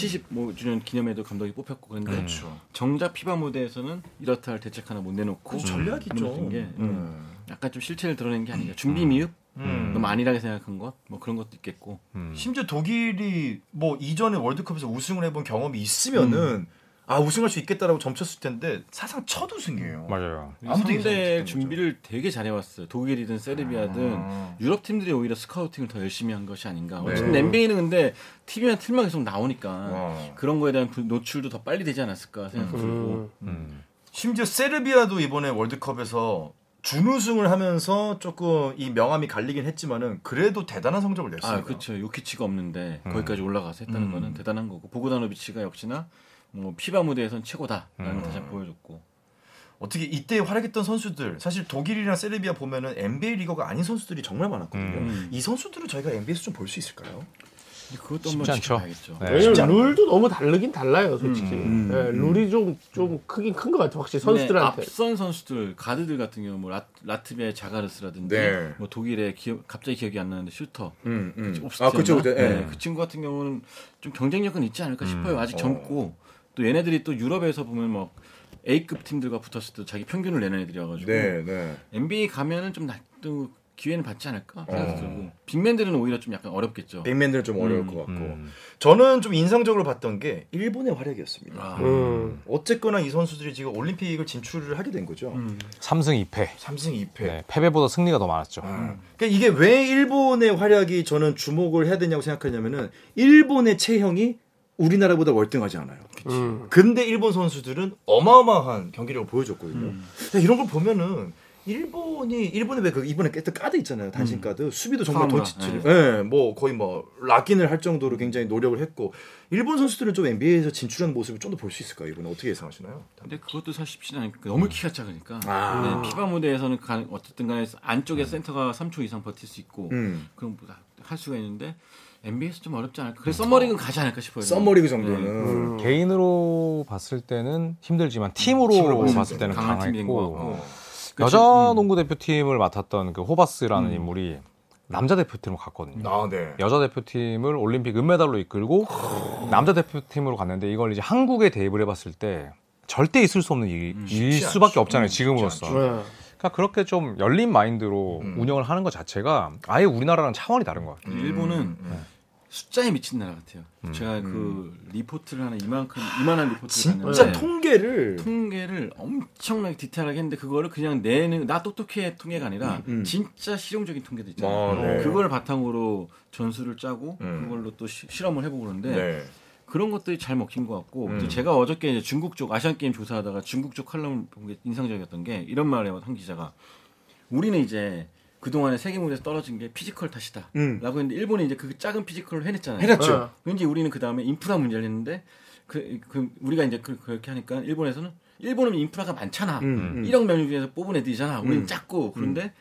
[SPEAKER 4] 75주년 기념에도 감독이 뽑혔고 그런데
[SPEAKER 2] 그렇죠.
[SPEAKER 4] 정작 피바 무대에서는 이렇다 할 대책 하나 못 내놓고
[SPEAKER 2] 그 전략이죠.
[SPEAKER 4] 무너진 게 음,
[SPEAKER 2] 음.
[SPEAKER 4] 약간 좀 실체를 드러낸 게 아닌가 준비 미흡 너무 안일하게 생각한 것 뭐 그런 것도 있겠고
[SPEAKER 2] 심지어 독일이 뭐 이전에 월드컵에서 우승을 해본 경험이 있으면은 아 우승할 수 있겠다라고 점쳤을 텐데 사상 첫 우승이에요.
[SPEAKER 5] 맞아요.
[SPEAKER 2] 아무도 예상
[SPEAKER 4] 상대
[SPEAKER 2] 못했던
[SPEAKER 4] 준비를 되게 잘해왔어요 독일이든 세르비아든
[SPEAKER 2] 아.
[SPEAKER 4] 유럽 팀들이 오히려 스카우팅을 더 열심히 한 것이 아닌가.
[SPEAKER 2] 네.
[SPEAKER 4] 어쨌든 NBA는 근데 TV나 틀만 계속 나오니까
[SPEAKER 2] 아. 와.
[SPEAKER 4] 그런 거에 대한 부- 노출도 더 빨리 되지 않았을까 생각도 들고.
[SPEAKER 1] 음.
[SPEAKER 2] 심지어 세르비아도 이번에 월드컵에서 준우승을 하면서 조금 이 명함이 갈리긴 했지만은 그래도 대단한 성적을 냈어요.
[SPEAKER 4] 아, 그렇죠. 요키치가 없는데 거기까지 올라가서 했다는
[SPEAKER 2] 음.
[SPEAKER 4] 거는 대단한 거고 보고다노비치가 역시나 뭐 피바 무대에선
[SPEAKER 2] 음.
[SPEAKER 4] 최고다라는 걸 다시 한번 보여줬고.
[SPEAKER 2] 어떻게 이때 활약했던 선수들 사실 독일이랑 세르비아 보면은 NBA 리거가 아닌 선수들이 정말 많았거든요.
[SPEAKER 4] 음.
[SPEAKER 2] 이 선수들을 저희가 NBA에서 좀 볼 수 있을까요?
[SPEAKER 4] 근데 그것도
[SPEAKER 5] 쉽지
[SPEAKER 4] 한번
[SPEAKER 5] 않죠.
[SPEAKER 4] 지켜봐야겠죠.
[SPEAKER 5] 네.
[SPEAKER 1] 왜냐면
[SPEAKER 2] 쉽지 않아요.
[SPEAKER 1] 룰도 너무 다르긴 달라요, 솔직히. 네, 룰이 좀, 좀 크긴 큰 것 같아요, 확실히 선수들한테.
[SPEAKER 4] 근데 앞선 선수들 가드들 같은 경우 뭐 라, 라트비아의 자가르스라든지
[SPEAKER 2] 네.
[SPEAKER 4] 뭐 독일의 기억, 갑자기 기억이 안 나는데 슈터
[SPEAKER 2] 음, 음.
[SPEAKER 4] 옵스티였나? 네, 그 친구 같은 경우는 좀 경쟁력은 있지 않을까 싶어요. 아직 젊고 또 얘네들이 또 유럽에서 보면 막 A급 팀들과 붙었을 때 자기 평균을 내는 애들이어가지고
[SPEAKER 2] 네.
[SPEAKER 4] NBA 가면은 좀 또 기회는 받지 않을까 생각도 들고 빅맨들은 오히려 좀 약간 어렵겠죠.
[SPEAKER 2] 빅맨들은 좀 어려울
[SPEAKER 4] 음,
[SPEAKER 2] 것 같고 저는 좀 인상적으로 봤던 게 일본의 활약이었습니다.
[SPEAKER 4] 아,
[SPEAKER 1] 음.
[SPEAKER 2] 어쨌거나 이 선수들이 지금 올림픽을 진출을 하게 된 거죠.
[SPEAKER 4] 음.
[SPEAKER 5] 3승 2패.
[SPEAKER 2] 삼 3승 2패.
[SPEAKER 5] 네, 패배보다 승리가 더 많았죠.
[SPEAKER 2] 그러니까 이게 왜 일본의 활약이 저는 주목을 해야 되냐고 생각하냐면은 일본의 체형이 우리나라보다 월등하지 않아요.
[SPEAKER 1] 음.
[SPEAKER 2] 근데 일본 선수들은 어마어마한 경기력을 보여줬거든요.
[SPEAKER 4] 음.
[SPEAKER 2] 근데 이런 걸 보면은 일본이 일본에 왜 그 이번에 깼던 까드 있잖아요. 단신
[SPEAKER 4] 음.
[SPEAKER 2] 까드 수비도 정말
[SPEAKER 4] 파워라,
[SPEAKER 2] 도치치를 예, 뭐 거의 뭐 락인을 할 정도로 굉장히 노력을 했고 일본 선수들은 좀 NBA에서 진출한 모습을 좀 더 볼 수 있을까요? 이번에 어떻게 예상하시나요?
[SPEAKER 4] 근데 그것도 사실 쉽지 않으니까
[SPEAKER 2] 음.
[SPEAKER 4] 너무 키가 작으니까
[SPEAKER 2] 아.
[SPEAKER 4] 네, 피바 무대에서는 가- 어쨌든 간에 안쪽에 센터가 3초 이상 버틸 수 있고
[SPEAKER 2] 음.
[SPEAKER 4] 그럼 뭐할 수가 있는데 NBA에서 좀 어렵지 않을까. 그래서 썸머리는 가지 않을까 싶어요.
[SPEAKER 2] 음. 그러니까.
[SPEAKER 4] 네.
[SPEAKER 2] 썸머리그 정도는
[SPEAKER 1] 음.
[SPEAKER 5] 개인으로 봤을 때는 힘들지만 팀으로,
[SPEAKER 2] 팀으로 봤을
[SPEAKER 5] 봤을 때는
[SPEAKER 4] 강한 팀인 것
[SPEAKER 5] 강했고
[SPEAKER 4] 같고.
[SPEAKER 2] 어.
[SPEAKER 5] 여자
[SPEAKER 4] 그치? 음.
[SPEAKER 5] 농구 대표팀을 맡았던 그 호바스라는 인물이 남자 대표팀으로 갔거든요.
[SPEAKER 2] 아, 네.
[SPEAKER 5] 여자 대표팀을 올림픽 은메달로 이끌고 남자 대표팀으로 갔는데 이걸 이제 한국에 대입을 해봤을 때 절대 있을 수 없는 일, 일
[SPEAKER 2] 쉽지
[SPEAKER 5] 수밖에
[SPEAKER 2] 않죠.
[SPEAKER 5] 없잖아요
[SPEAKER 2] 음,
[SPEAKER 5] 지금으로서.
[SPEAKER 2] 쉽지
[SPEAKER 1] 네.
[SPEAKER 5] 그러니까 그렇게 좀 열린 마인드로
[SPEAKER 2] 음.
[SPEAKER 5] 운영을 하는 것 자체가 아예 우리나라랑 차원이 다른 것 같아요.
[SPEAKER 4] 근데 음. 일본은
[SPEAKER 2] 음.
[SPEAKER 4] 숫자에 미친 나라 같아요. 제가 그 리포트를 하나 이만큼 이만한 리포트를
[SPEAKER 2] 진짜
[SPEAKER 4] 봤는데
[SPEAKER 2] 통계를
[SPEAKER 4] 네. 통계를 엄청나게 디테일하게 했는데 그거를 그냥 내는 나 똑똑해 통계가 아니라
[SPEAKER 2] 음.
[SPEAKER 4] 진짜 실용적인 통계도 있잖아요.
[SPEAKER 2] 아, 네.
[SPEAKER 4] 그걸 바탕으로 전술을 짜고
[SPEAKER 2] 음.
[SPEAKER 4] 그걸로 또 시- 실험을 해보고 그러는데
[SPEAKER 2] 네.
[SPEAKER 4] 그런 것들이 잘 먹힌 것 같고
[SPEAKER 2] 음.
[SPEAKER 4] 또 제가 어저께 이제 중국 쪽 아시안 게임 조사하다가 중국 쪽 칼럼을 본 게 인상적이었던 게 이런 말을 해요 한 기자가 우리는 이제 그 동안에 세계 무대에서 떨어진 게 피지컬 탓이다라고
[SPEAKER 2] 음. 네.
[SPEAKER 4] 했는데 일본이 이제 그 작은 피지컬을 해냈잖아요.
[SPEAKER 2] 해냈죠.
[SPEAKER 4] 왠지 우리는 그 다음에 인프라 문제를 했는데 그, 그 우리가 이제 그, 렇게 하니까 일본에서는 일본은 인프라가 많잖아.
[SPEAKER 2] 음, 음.
[SPEAKER 4] 1억 명중 에서 뽑은 애들이잖아. 우리는 작고 그런데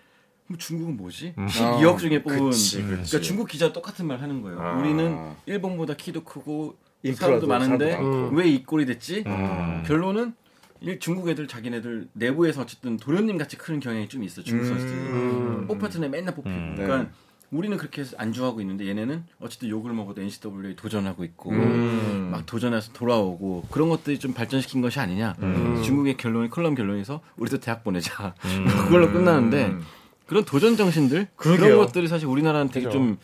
[SPEAKER 4] 그럼 중국은 뭐지? 아. 12억 중에 뽑은
[SPEAKER 2] 음. 아, 그치, 그치.
[SPEAKER 4] 러니까 중국 기자 똑같은 말 하는 거예요.
[SPEAKER 2] 아.
[SPEAKER 4] 우리는 일본보다 키도 크고
[SPEAKER 2] 인프라도
[SPEAKER 4] 사람도 많은데
[SPEAKER 2] 사람도
[SPEAKER 1] 많고.
[SPEAKER 4] 왜 이 꼴이 됐지? 결론은 일- 중국 애들 자기네들 내부에서 어쨌든 도련님 같이 크는 경향이 좀 있어 중국 선수들 뽑혔던 애 맨날 뽑히고 그러니까 우리는 그렇게 해서 안주하고 있는데 얘네는 어쨌든 욕을 먹어도 NCW에 도전하고 있고 막 도전해서 돌아오고 그런 것들이 좀 발전시킨 것이 아니냐 중국의 결론이 컬럼 결론에서 우리도 대학 보내자
[SPEAKER 2] 음.
[SPEAKER 4] 그걸로 끝나는데 그런 도전 정신들
[SPEAKER 2] 그러게요.
[SPEAKER 4] 그런 것들이 사실 우리나라는 되게 좀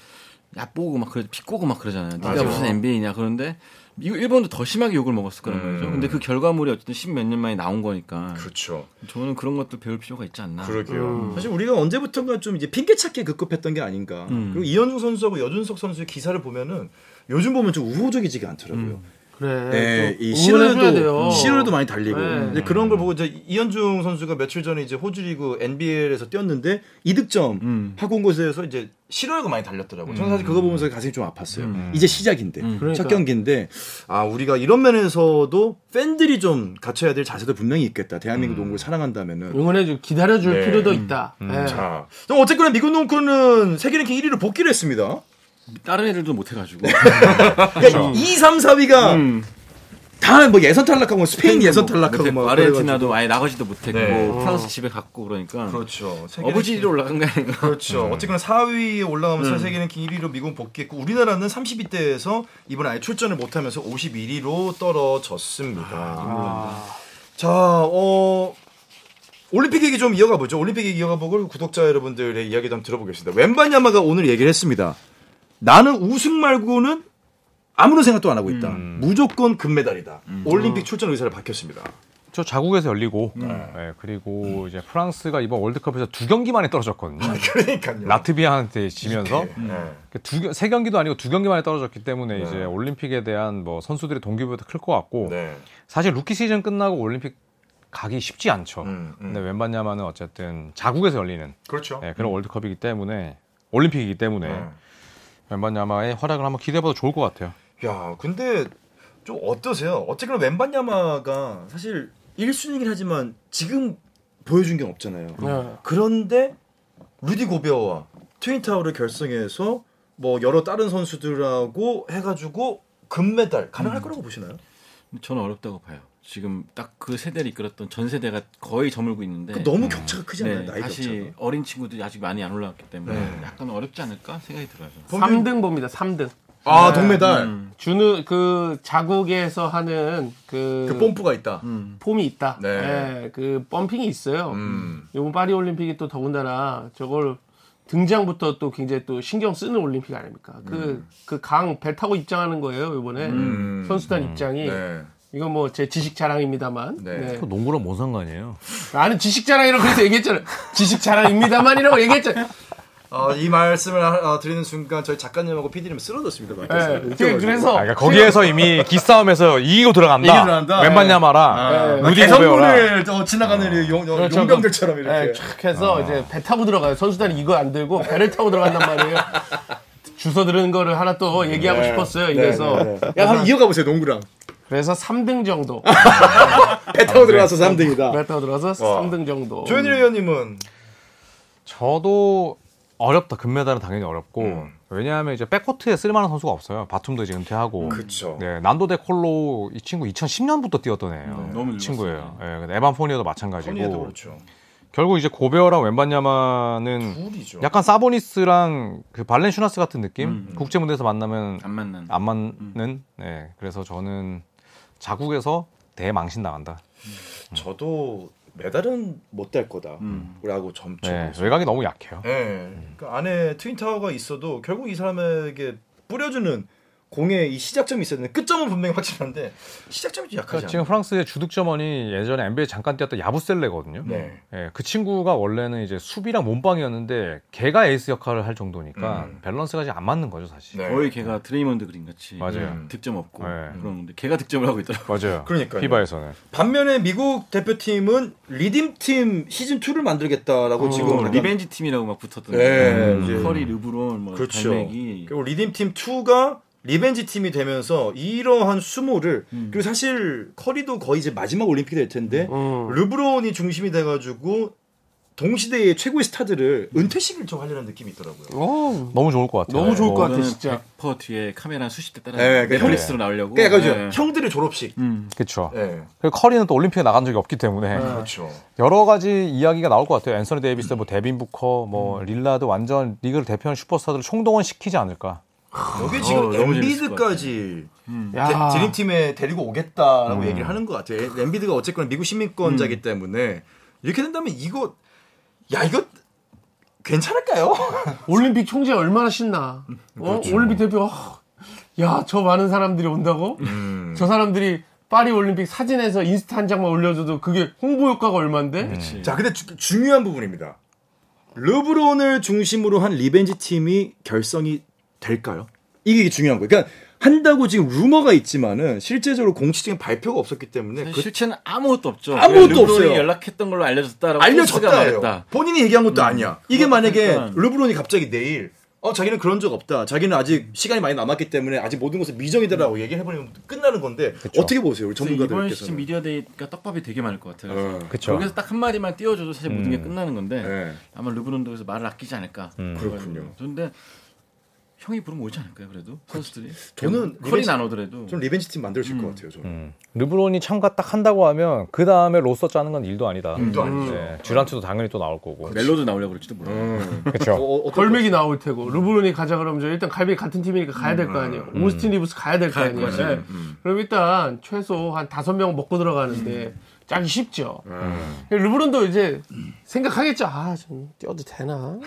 [SPEAKER 4] 얕보고 막 그래 비꼬고 막 그러잖아요. 네가 무슨 NBA냐 그런데 미 일본도 더 심하게 욕을 먹었을
[SPEAKER 2] 음.
[SPEAKER 4] 거란 말이죠. 근데 그 결과물이 어쨌든 십몇 년 만에 나온 거니까
[SPEAKER 6] 그렇죠.
[SPEAKER 4] 저는 그런 것도 배울 필요가 있지 않나.
[SPEAKER 6] 그러게요.
[SPEAKER 5] 음.
[SPEAKER 2] 사실 우리가 언제부턴가 좀 이제 핑계 찾기에 급급했던 게 아닌가.
[SPEAKER 1] 음.
[SPEAKER 2] 그리고 이현중 선수하고 여준석 선수의 기사를 보면은 요즘 보면 좀 우호적이지가 않더라고요.
[SPEAKER 1] 그래.
[SPEAKER 2] 네,
[SPEAKER 1] 음. 또
[SPEAKER 2] 이
[SPEAKER 1] 응원해줘야
[SPEAKER 2] 신뢰도
[SPEAKER 1] 돼요.
[SPEAKER 2] 신뢰도 많이 달리고
[SPEAKER 1] 네.
[SPEAKER 2] 이제 그런 걸 보고 이제 이현중 선수가 며칠 전에 이제 호주리그 NBL에서 뛰었는데 이득점
[SPEAKER 1] 음.
[SPEAKER 2] 하고 온 곳에서 이제 실화가 많이 달렸더라고요. 저는 사실 그거 보면서 가슴이 좀 아팠어요. 이제 시작인데 첫
[SPEAKER 1] 음. 그러니까요.
[SPEAKER 2] 경기인데 아 우리가 이런 면에서도 팬들이 좀 갖춰야 될 자세도 분명히 있겠다.
[SPEAKER 1] 음.
[SPEAKER 2] 대한민국 농구를 사랑한다면은.
[SPEAKER 1] 응원해줄 기다려줄
[SPEAKER 6] 네.
[SPEAKER 2] 음,
[SPEAKER 1] 필요도 있다. 네.
[SPEAKER 6] 자,
[SPEAKER 2] 좀 어쨌거나 미국 농구는 세계 랭킹 1위로 복귀를 했습니다.
[SPEAKER 4] 다른 애들도 못 해가지고.
[SPEAKER 2] 그러니까 2, 3, 4위가 다 뭐 예선 탈락하고 스페인 예선 탈락하고 막 그래가지고.
[SPEAKER 4] 뭐 아르헨티나도 아예 나가지도 못했고
[SPEAKER 6] 네.
[SPEAKER 4] 프랑스 집에 갔고 그러니까
[SPEAKER 6] 그렇죠. 세계
[SPEAKER 4] 어부지리로 올라간 거 아닌가.
[SPEAKER 6] 그렇죠.
[SPEAKER 5] 음.
[SPEAKER 6] 어쨌거나 4위에 올라가면서 세계 랭킹 1위로 미국은 복귀했고 우리나라는 32대에서 이번 아예 출전을 못하면서 51위로 떨어졌습니다.
[SPEAKER 5] 아,
[SPEAKER 6] 음. 자, 어 올림픽 얘기 좀 이어가 보죠. 올림픽 얘기 이어가 보고 구독자 여러분들의 이야기도 한번 들어보겠습니다. 웬반야마가 오늘 얘기를 했습니다. 나는 우승 말고는 아무런 생각도 안 하고 있다.
[SPEAKER 5] 음.
[SPEAKER 6] 무조건 금메달이다. 올림픽 출전 의사를 밝혔습니다.
[SPEAKER 5] 저 자국에서 열리고
[SPEAKER 6] 음.
[SPEAKER 5] 예, 그리고 이제 프랑스가 이번 월드컵에서 두 경기만에 떨어졌거든요.
[SPEAKER 6] 음. 그러니까요.
[SPEAKER 5] 라트비아한테 지면서
[SPEAKER 6] 네.
[SPEAKER 5] 그 두, 경- 세 경기도 아니고 두 경기만에 떨어졌기 때문에 이제 올림픽에 대한 뭐 선수들의 동기부여도 클 것 같고
[SPEAKER 6] 네.
[SPEAKER 5] 사실 루키 시즌 끝나고 올림픽 가기 쉽지 않죠.
[SPEAKER 6] 음, 음.
[SPEAKER 5] 근데 웬만하면은 어쨌든 자국에서 열리는
[SPEAKER 6] 그렇죠.
[SPEAKER 5] 예, 그런 월드컵이기 때문에 올림픽이기 때문에
[SPEAKER 6] 네.
[SPEAKER 5] 웬만야마의 활약을 한번 기대해봐도 좋을 것 같아요.
[SPEAKER 6] 야, 근데 좀 어떠세요? 어쨌거나 웬반야마가 사실
[SPEAKER 2] 1순위긴 하지만 지금 보여준 게 없잖아요.
[SPEAKER 1] 네.
[SPEAKER 2] 그런데 루디 고베어와 트윈타워를 결성해서 뭐 여러 다른 선수들하고 해가지고 금메달 가능할 거라고 보시나요?
[SPEAKER 4] 저는 어렵다고 봐요. 지금 딱 그 세대를 이끌었던 전 세대가 거의 저물고 있는데.
[SPEAKER 2] 그 너무 격차가 크지 않나요?
[SPEAKER 4] 네,
[SPEAKER 2] 나이
[SPEAKER 4] 다시
[SPEAKER 2] 격차가. 네.
[SPEAKER 4] 어린 친구들이 아직 많이 안 올라왔기 때문에 약간 어렵지 않을까 생각이 들어요.
[SPEAKER 1] 네,
[SPEAKER 4] 저는.
[SPEAKER 1] 3등 봅니다. 3등.
[SPEAKER 2] 아 동메달
[SPEAKER 1] 준우 그 자국에서 하는 그, 음.
[SPEAKER 2] 그 뽐뿌가 있다.
[SPEAKER 1] 폼이 있다.
[SPEAKER 6] 네.
[SPEAKER 1] 예, 그 펌핑이 있어요.
[SPEAKER 6] 음.
[SPEAKER 1] 이번 파리 올림픽이 또 더군다나 저걸 등장부터 또 굉장히 또 신경 쓰는 올림픽 아닙니까? 그
[SPEAKER 6] 음.
[SPEAKER 1] 그 강 배 타고 입장하는 거예요 이번에 선수단 입장이
[SPEAKER 6] 네.
[SPEAKER 1] 이건 뭐 제 지식 자랑입니다만
[SPEAKER 6] 네.
[SPEAKER 1] 네.
[SPEAKER 5] 농구랑 뭔 상관이에요?
[SPEAKER 1] 나는 지식 자랑이라고 그래서 얘기했잖아요. 지식 자랑입니다만이라고 얘기했잖아요.
[SPEAKER 6] 어, 이 말씀을 하- 어, 드리는 순간 저희 작가님하고 PD님 쓰러졌습니다. 밖에서.
[SPEAKER 1] 예, 그- 그래서
[SPEAKER 5] 아, 그러니까 거기에서 이미 기싸움에서 이기고
[SPEAKER 6] 이기고
[SPEAKER 5] 들어간다.
[SPEAKER 6] 들어간다. 네. 아,
[SPEAKER 5] 웬만야마라
[SPEAKER 2] 네. 아,
[SPEAKER 1] 예.
[SPEAKER 5] 루디 고베어라.
[SPEAKER 6] 개성문을 어, 지나가는 용, 용,
[SPEAKER 1] 그렇죠.
[SPEAKER 6] 용병들처럼
[SPEAKER 1] 예,
[SPEAKER 6] 이렇게. 아.
[SPEAKER 1] 촥 해서 이제 배 타고 들어가요. 선수단이 이거 안 들고 배를 타고 들어간단 말이에요. 주소 들은 거를 하나 또
[SPEAKER 6] 음.
[SPEAKER 1] 얘기하고
[SPEAKER 6] 네.
[SPEAKER 1] 싶었어요. 이래서
[SPEAKER 2] 야 한번
[SPEAKER 1] 아.
[SPEAKER 2] 이어가 보세요 농구랑
[SPEAKER 1] 그래서 3등 정도
[SPEAKER 2] 배 타고 들어가서 3등이다.
[SPEAKER 1] 배 타고 들어가서 3등
[SPEAKER 6] 네.
[SPEAKER 1] 정도.
[SPEAKER 6] 조현일 의원님은
[SPEAKER 5] 저도 어렵다. 금메달은 당연히 어렵고
[SPEAKER 6] 음.
[SPEAKER 5] 왜냐하면 이제 백코트에 쓸만한 선수가 없어요. 바툼도 이제 은퇴하고.
[SPEAKER 6] 그렇죠.
[SPEAKER 5] 네, 난도데 콜로 이 친구 2010년부터 뛰었던
[SPEAKER 2] 네.
[SPEAKER 5] 애예요.
[SPEAKER 4] 너무
[SPEAKER 5] 이 친구예요. 예, 근데 에반 포니어도 마찬가지고.
[SPEAKER 6] 네. 토니에도 그렇죠.
[SPEAKER 5] 결국 이제 고베어랑 웬반야마는
[SPEAKER 6] 둘이죠.
[SPEAKER 5] 약간 사보니스랑 그 발렌슈나스 같은 느낌?
[SPEAKER 6] 음.
[SPEAKER 5] 국제 무대에서 만나면
[SPEAKER 4] 안 만난.
[SPEAKER 2] 아,
[SPEAKER 5] 안 맞는. 네, 그래서 저는 자국에서 대망신 당한다.
[SPEAKER 6] 저도 메달은 못 될 거다라고 점쳐.
[SPEAKER 5] 네, 외곽이 너무 약해요.
[SPEAKER 6] 예. 그 안에 트윈 타워가 있어도 결국 이 사람에게 뿌려주는 공의 이 시작점이 있어야 되는데 끝점은 분명히 확실한데 시작점이 좀
[SPEAKER 5] 그러니까
[SPEAKER 6] 약하지
[SPEAKER 5] 지금
[SPEAKER 6] 않아요?
[SPEAKER 5] 프랑스의 주득점원이 예전에 NBA 잠깐 뛰었던 야부셀레거든요.
[SPEAKER 6] 네.
[SPEAKER 5] 예, 그 친구가 원래는 이제 수비랑 몸빵이었는데 걔가 에이스 역할을 할 정도니까
[SPEAKER 6] 음.
[SPEAKER 5] 밸런스가 지금 안 맞는 거죠, 사실.
[SPEAKER 6] 네.
[SPEAKER 4] 거의 걔가 드레이먼드 그린 같이
[SPEAKER 5] 맞아요.
[SPEAKER 4] 음, 득점 없고
[SPEAKER 5] 네.
[SPEAKER 4] 그런데 걔가 득점을 하고 있더라고.
[SPEAKER 5] 맞아요.
[SPEAKER 6] 그러니까요.
[SPEAKER 5] 피바에서는.
[SPEAKER 2] 반면에 미국 대표팀은 리딤팀 시즌 2를 만들겠다라고 지금
[SPEAKER 4] 요 리벤지 팀이라고 막 붙었던.
[SPEAKER 2] 네,
[SPEAKER 4] 거.
[SPEAKER 2] 이제-
[SPEAKER 4] 커리 르브론 뭐
[SPEAKER 2] 그렇죠.
[SPEAKER 4] 달맥이
[SPEAKER 2] 그리고 리딤팀 2가 리벤지 팀이 되면서 이러한 수모를 그리고 사실 커리도 거의 이제 마지막 올림픽이 될 텐데
[SPEAKER 6] 어.
[SPEAKER 1] 음.
[SPEAKER 2] 르브론이 중심이 돼가지고 동시대의 최고의 스타들을 은퇴식을 좀 하려는 느낌이 있더라고요.
[SPEAKER 1] 음. 오,
[SPEAKER 5] 너무 좋을 것 같아요.
[SPEAKER 1] 너무 좋을 것 같아
[SPEAKER 4] 저는
[SPEAKER 1] 진짜.
[SPEAKER 4] 100% 뒤에 카메라 수십 대 따라
[SPEAKER 2] 네, 그러니까
[SPEAKER 4] 넷플릭스로 나오려고.
[SPEAKER 2] 그러니까 약간
[SPEAKER 4] 네.
[SPEAKER 2] 좀 형들의 졸업식.
[SPEAKER 4] 음.
[SPEAKER 5] 그렇죠.
[SPEAKER 2] 네.
[SPEAKER 6] 예.
[SPEAKER 5] 그리고 커리는 또 올림픽에 나간 적이 없기 때문에
[SPEAKER 6] 그렇죠.
[SPEAKER 5] 여러 가지 이야기가 나올 것 같아요. 앤서니 데이비스, 뭐 데빈 부커, 뭐 릴라드 완전 리그를 대표하는 슈퍼스타들을 총동원 시키지 않을까.
[SPEAKER 6] 여기
[SPEAKER 4] 어,
[SPEAKER 6] 지금
[SPEAKER 4] 너무
[SPEAKER 6] 엔비드까지
[SPEAKER 1] 야.
[SPEAKER 6] 데- 드림팀에 데리고 오겠다라고 얘기를 하는 것 같아요. 엔비드가 어쨌거나 미국 시민권자이기 때문에 이렇게 된다면 이거 야 이거
[SPEAKER 2] 괜찮을까요?
[SPEAKER 1] 올림픽 총재 얼마나 신나.
[SPEAKER 4] 음,
[SPEAKER 1] 어?
[SPEAKER 4] 그렇죠.
[SPEAKER 1] 올림픽 대표, 어, 야, 저 많은 사람들이 온다고?
[SPEAKER 4] 음.
[SPEAKER 1] 저 사람들이 파리 올림픽 사진에서 인스타 한 장만 올려줘도 그게 홍보 효과가 얼만데?
[SPEAKER 4] 음, 네.
[SPEAKER 2] 자, 근데 주- 중요한 부분입니다.
[SPEAKER 7] 르브론을 중심으로 한 리벤지 팀이 결성이 될까요? 이게 중요한 거예요. 그러니까 한다고 지금 루머가 있지만은 실제적으로 공식적인 발표가 없었기 때문에 그
[SPEAKER 4] 실체는 아무것도 없죠. 네,
[SPEAKER 7] 아무것도
[SPEAKER 4] 르브론이
[SPEAKER 7] 없어요.
[SPEAKER 4] 연락했던 걸로 알려졌다라고 포스가
[SPEAKER 2] 알려졌다요.
[SPEAKER 4] 말했다. 음.
[SPEAKER 2] 본인이 얘기한 것도 아니야. 이게 만약에
[SPEAKER 4] 그러니까.
[SPEAKER 2] 르브론이 갑자기 내일 어 자기는 그런 적 없다. 자기는 아직 시간이 많이 남았기 때문에 아직 모든 것은 미정이다라고 얘기해버리면 끝나는 건데 어떻게 보세요, 우리
[SPEAKER 4] 음. 그렇죠. 그래서 이번
[SPEAKER 2] 전문가들께서?
[SPEAKER 4] 시즌 미디어데이가 떡밥이 되게 많을 것 같아요. 그래서
[SPEAKER 5] 그렇죠.
[SPEAKER 4] 거기서 딱 한 마디만 띄워줘도 사실 모든 게 끝나는 건데
[SPEAKER 2] 네.
[SPEAKER 4] 아마 르브론도 그래서 말을 아끼지 않을까.
[SPEAKER 2] 음. 그렇군요.
[SPEAKER 4] 그런데 형이 부르면 오지 않을까요? 그래도 선수들이
[SPEAKER 2] 저는
[SPEAKER 4] 콜이
[SPEAKER 2] 리벤지-
[SPEAKER 4] 안 오더라도
[SPEAKER 2] 좀 리벤지 팀 만들어질
[SPEAKER 4] 음.
[SPEAKER 2] 것 같아요. 저는.
[SPEAKER 5] 르브론이 참가 딱 한다고 하면 그 다음에 로서 짜는 건 일도 아니다.
[SPEAKER 2] 일도 아니죠.
[SPEAKER 5] 네, 듀란트도 당연히 또 나올 거고.
[SPEAKER 4] 멜로도 나오려고 그럴지도 몰라.
[SPEAKER 2] 음.
[SPEAKER 4] 요
[SPEAKER 5] 그렇죠.
[SPEAKER 2] 어, 어떤-
[SPEAKER 1] 걸맥이 나올 테고 르브론이 가자 그러면 저 일단 갈비 같은 팀이니까 가야 될 거 아니에요. 오스틴 리브스 가야 될 거
[SPEAKER 4] 음, 갈
[SPEAKER 1] 아니에요.
[SPEAKER 4] 거지.
[SPEAKER 2] 음.
[SPEAKER 4] 음.
[SPEAKER 1] 네. 그럼 일단 최소 한 다섯 명 먹고 들어가는데
[SPEAKER 2] 음.
[SPEAKER 1] 짜기 쉽죠. 그러니까 르브론도 이제 생각하겠죠. 아, 좀 뛰어도 되나?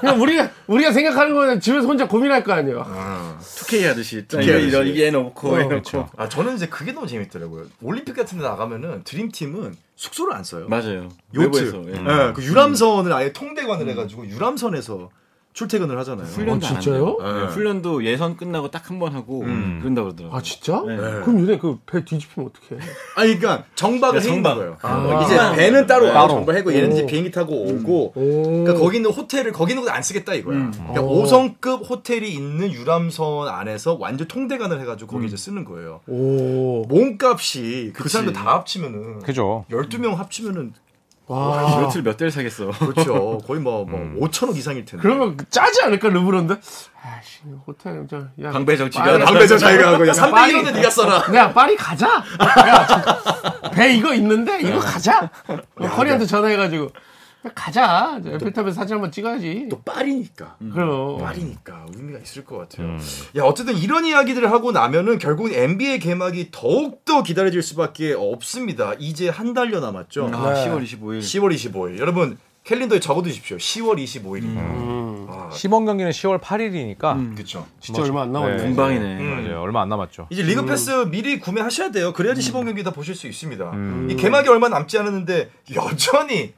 [SPEAKER 1] 그냥 우리가 우리가 생각하는 거는 집에서 혼자 고민할 거 아니에요.
[SPEAKER 4] 2K 하듯이 일단
[SPEAKER 2] 2K
[SPEAKER 4] 이거
[SPEAKER 2] 하듯이.
[SPEAKER 4] 이거 이게 해놓고 해놓고
[SPEAKER 2] 아 저는 이제 그게 너무 재밌더라고요. 올림픽 같은 데 나가면은 드림 팀은 숙소를 안 써요.
[SPEAKER 4] 맞아요.
[SPEAKER 2] 요트.
[SPEAKER 4] 외부에서 예.
[SPEAKER 2] 예, 그 유람선을 아예 통대관을 해가지고 유람선에서 출퇴근을 하잖아요. 어,
[SPEAKER 4] 훈련도 안
[SPEAKER 1] 어, 진짜요?
[SPEAKER 4] 해요.
[SPEAKER 2] 네.
[SPEAKER 4] 예, 훈련도 예선 끝나고 딱 한 번 하고
[SPEAKER 2] 음.
[SPEAKER 4] 그런다 그러더라고요.
[SPEAKER 1] 아, 진짜?
[SPEAKER 4] 네.
[SPEAKER 1] 그럼 요새 그 배 뒤집히면 어떡해?
[SPEAKER 2] 아니 그러니까 정박을
[SPEAKER 4] 네,
[SPEAKER 2] 해있는
[SPEAKER 4] 정박.
[SPEAKER 2] 거예요.
[SPEAKER 1] 아.
[SPEAKER 2] 이제 배는 따로 와요.
[SPEAKER 5] 따로.
[SPEAKER 2] 정박하고 얘는 이제
[SPEAKER 1] 오.
[SPEAKER 2] 비행기 타고 오고.
[SPEAKER 1] 오.
[SPEAKER 2] 그러니까 거기 있는 호텔을 거기 있는 거안 쓰겠다 이거야. 그러니까
[SPEAKER 1] 오.
[SPEAKER 2] 5성급 호텔이 있는 유람선 안에서 완전 통대관을 해가지고 거기 이제 쓰는 거예요.
[SPEAKER 1] 오.
[SPEAKER 2] 몸값이 음. 그 사람들 다 합치면은
[SPEAKER 5] 그죠.
[SPEAKER 2] 12명 합치면은
[SPEAKER 1] 와.
[SPEAKER 4] 요트를 몇 대를 사겠어.
[SPEAKER 2] 그렇죠. 거의 뭐, 뭐 5천억 이상일 텐데.
[SPEAKER 1] 그러면 짜지 않을까 르브론도? 아씨, 호텔 저 야,
[SPEAKER 4] 방배 정치가
[SPEAKER 1] 빨리-
[SPEAKER 2] 방배전 자기가 하고 야
[SPEAKER 1] 야, 빨리-
[SPEAKER 2] 300일인데 네가 써라.
[SPEAKER 1] 야, 파리 가자. 야, 저- 배 이거 있는데 이거 가자. 허리한테 전화해가지고 야, 가자. 저 에펠탑에서 사진 한번 찍어야지.
[SPEAKER 2] 또 파리니까.
[SPEAKER 1] 그럼
[SPEAKER 2] 파리니까 음. 의미가 있을 것 같아요. 야 어쨌든 이런 이야기들을 하고 나면은 결국은 NBA 개막이 더욱 더 기다려질 수밖에 없습니다. 이제 한 달여 남았죠.
[SPEAKER 4] 아, 10월 25일.
[SPEAKER 2] 10월 25일. 여러분 캘린더에 적어두십시오. 10월 25일입니다.
[SPEAKER 1] 음,
[SPEAKER 2] 음. 아.
[SPEAKER 5] 시범 경기는 10월 8일이니까
[SPEAKER 2] 그렇죠.
[SPEAKER 1] 진짜 얼마 안 남았네.
[SPEAKER 5] 네.
[SPEAKER 4] 금방이네.
[SPEAKER 5] 맞아요. 얼마 안 남았죠.
[SPEAKER 2] 이제 리그 패스 미리 구매하셔야 돼요. 그래야지 시범 경기 다 보실 수 있습니다.
[SPEAKER 5] 음.
[SPEAKER 2] 이 개막이 얼마 남지 않았는데 여전히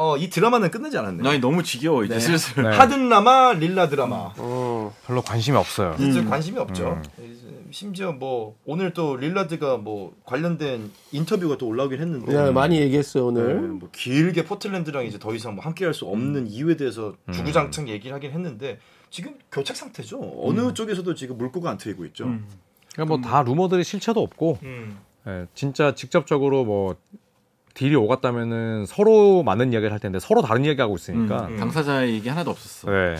[SPEAKER 2] 어, 이 드라마는 끝나지 음. 않았네요.
[SPEAKER 4] 나 너무 지겨워 이제 슬슬.
[SPEAKER 5] 네.
[SPEAKER 2] 하든 라마 릴라 드라마.
[SPEAKER 4] 음.
[SPEAKER 1] 음.
[SPEAKER 5] 별로 관심이 없어요.
[SPEAKER 2] 이제 관심이 없죠. 이제 심지어 뭐 오늘 또 릴라드가 뭐 관련된 인터뷰가 또 올라오긴 했는데
[SPEAKER 1] 야, 많이 얘기했어요
[SPEAKER 2] 네,
[SPEAKER 1] 오늘.
[SPEAKER 2] 뭐 길게 포틀랜드랑 이제 더 이상 뭐 함께할 수 없는 이유에 대해서 주구장창
[SPEAKER 4] 음.
[SPEAKER 2] 얘기를 하긴 했는데 지금 교착 상태죠. 어느 쪽에서도 지금 물꼬가 안 트이고 있죠.
[SPEAKER 4] 음.
[SPEAKER 2] 음.
[SPEAKER 5] 그러니까 뭐 다 루머들이 실체도 없고 예, 진짜 직접적으로 뭐 딜이 오갔다면은 서로 맞는 이야기를 할 텐데 서로 다른 이야기 하고 있으니까.
[SPEAKER 4] 그러니까 음,
[SPEAKER 2] 음.
[SPEAKER 4] 당사자의 얘기 하나도 없었어.
[SPEAKER 5] 네.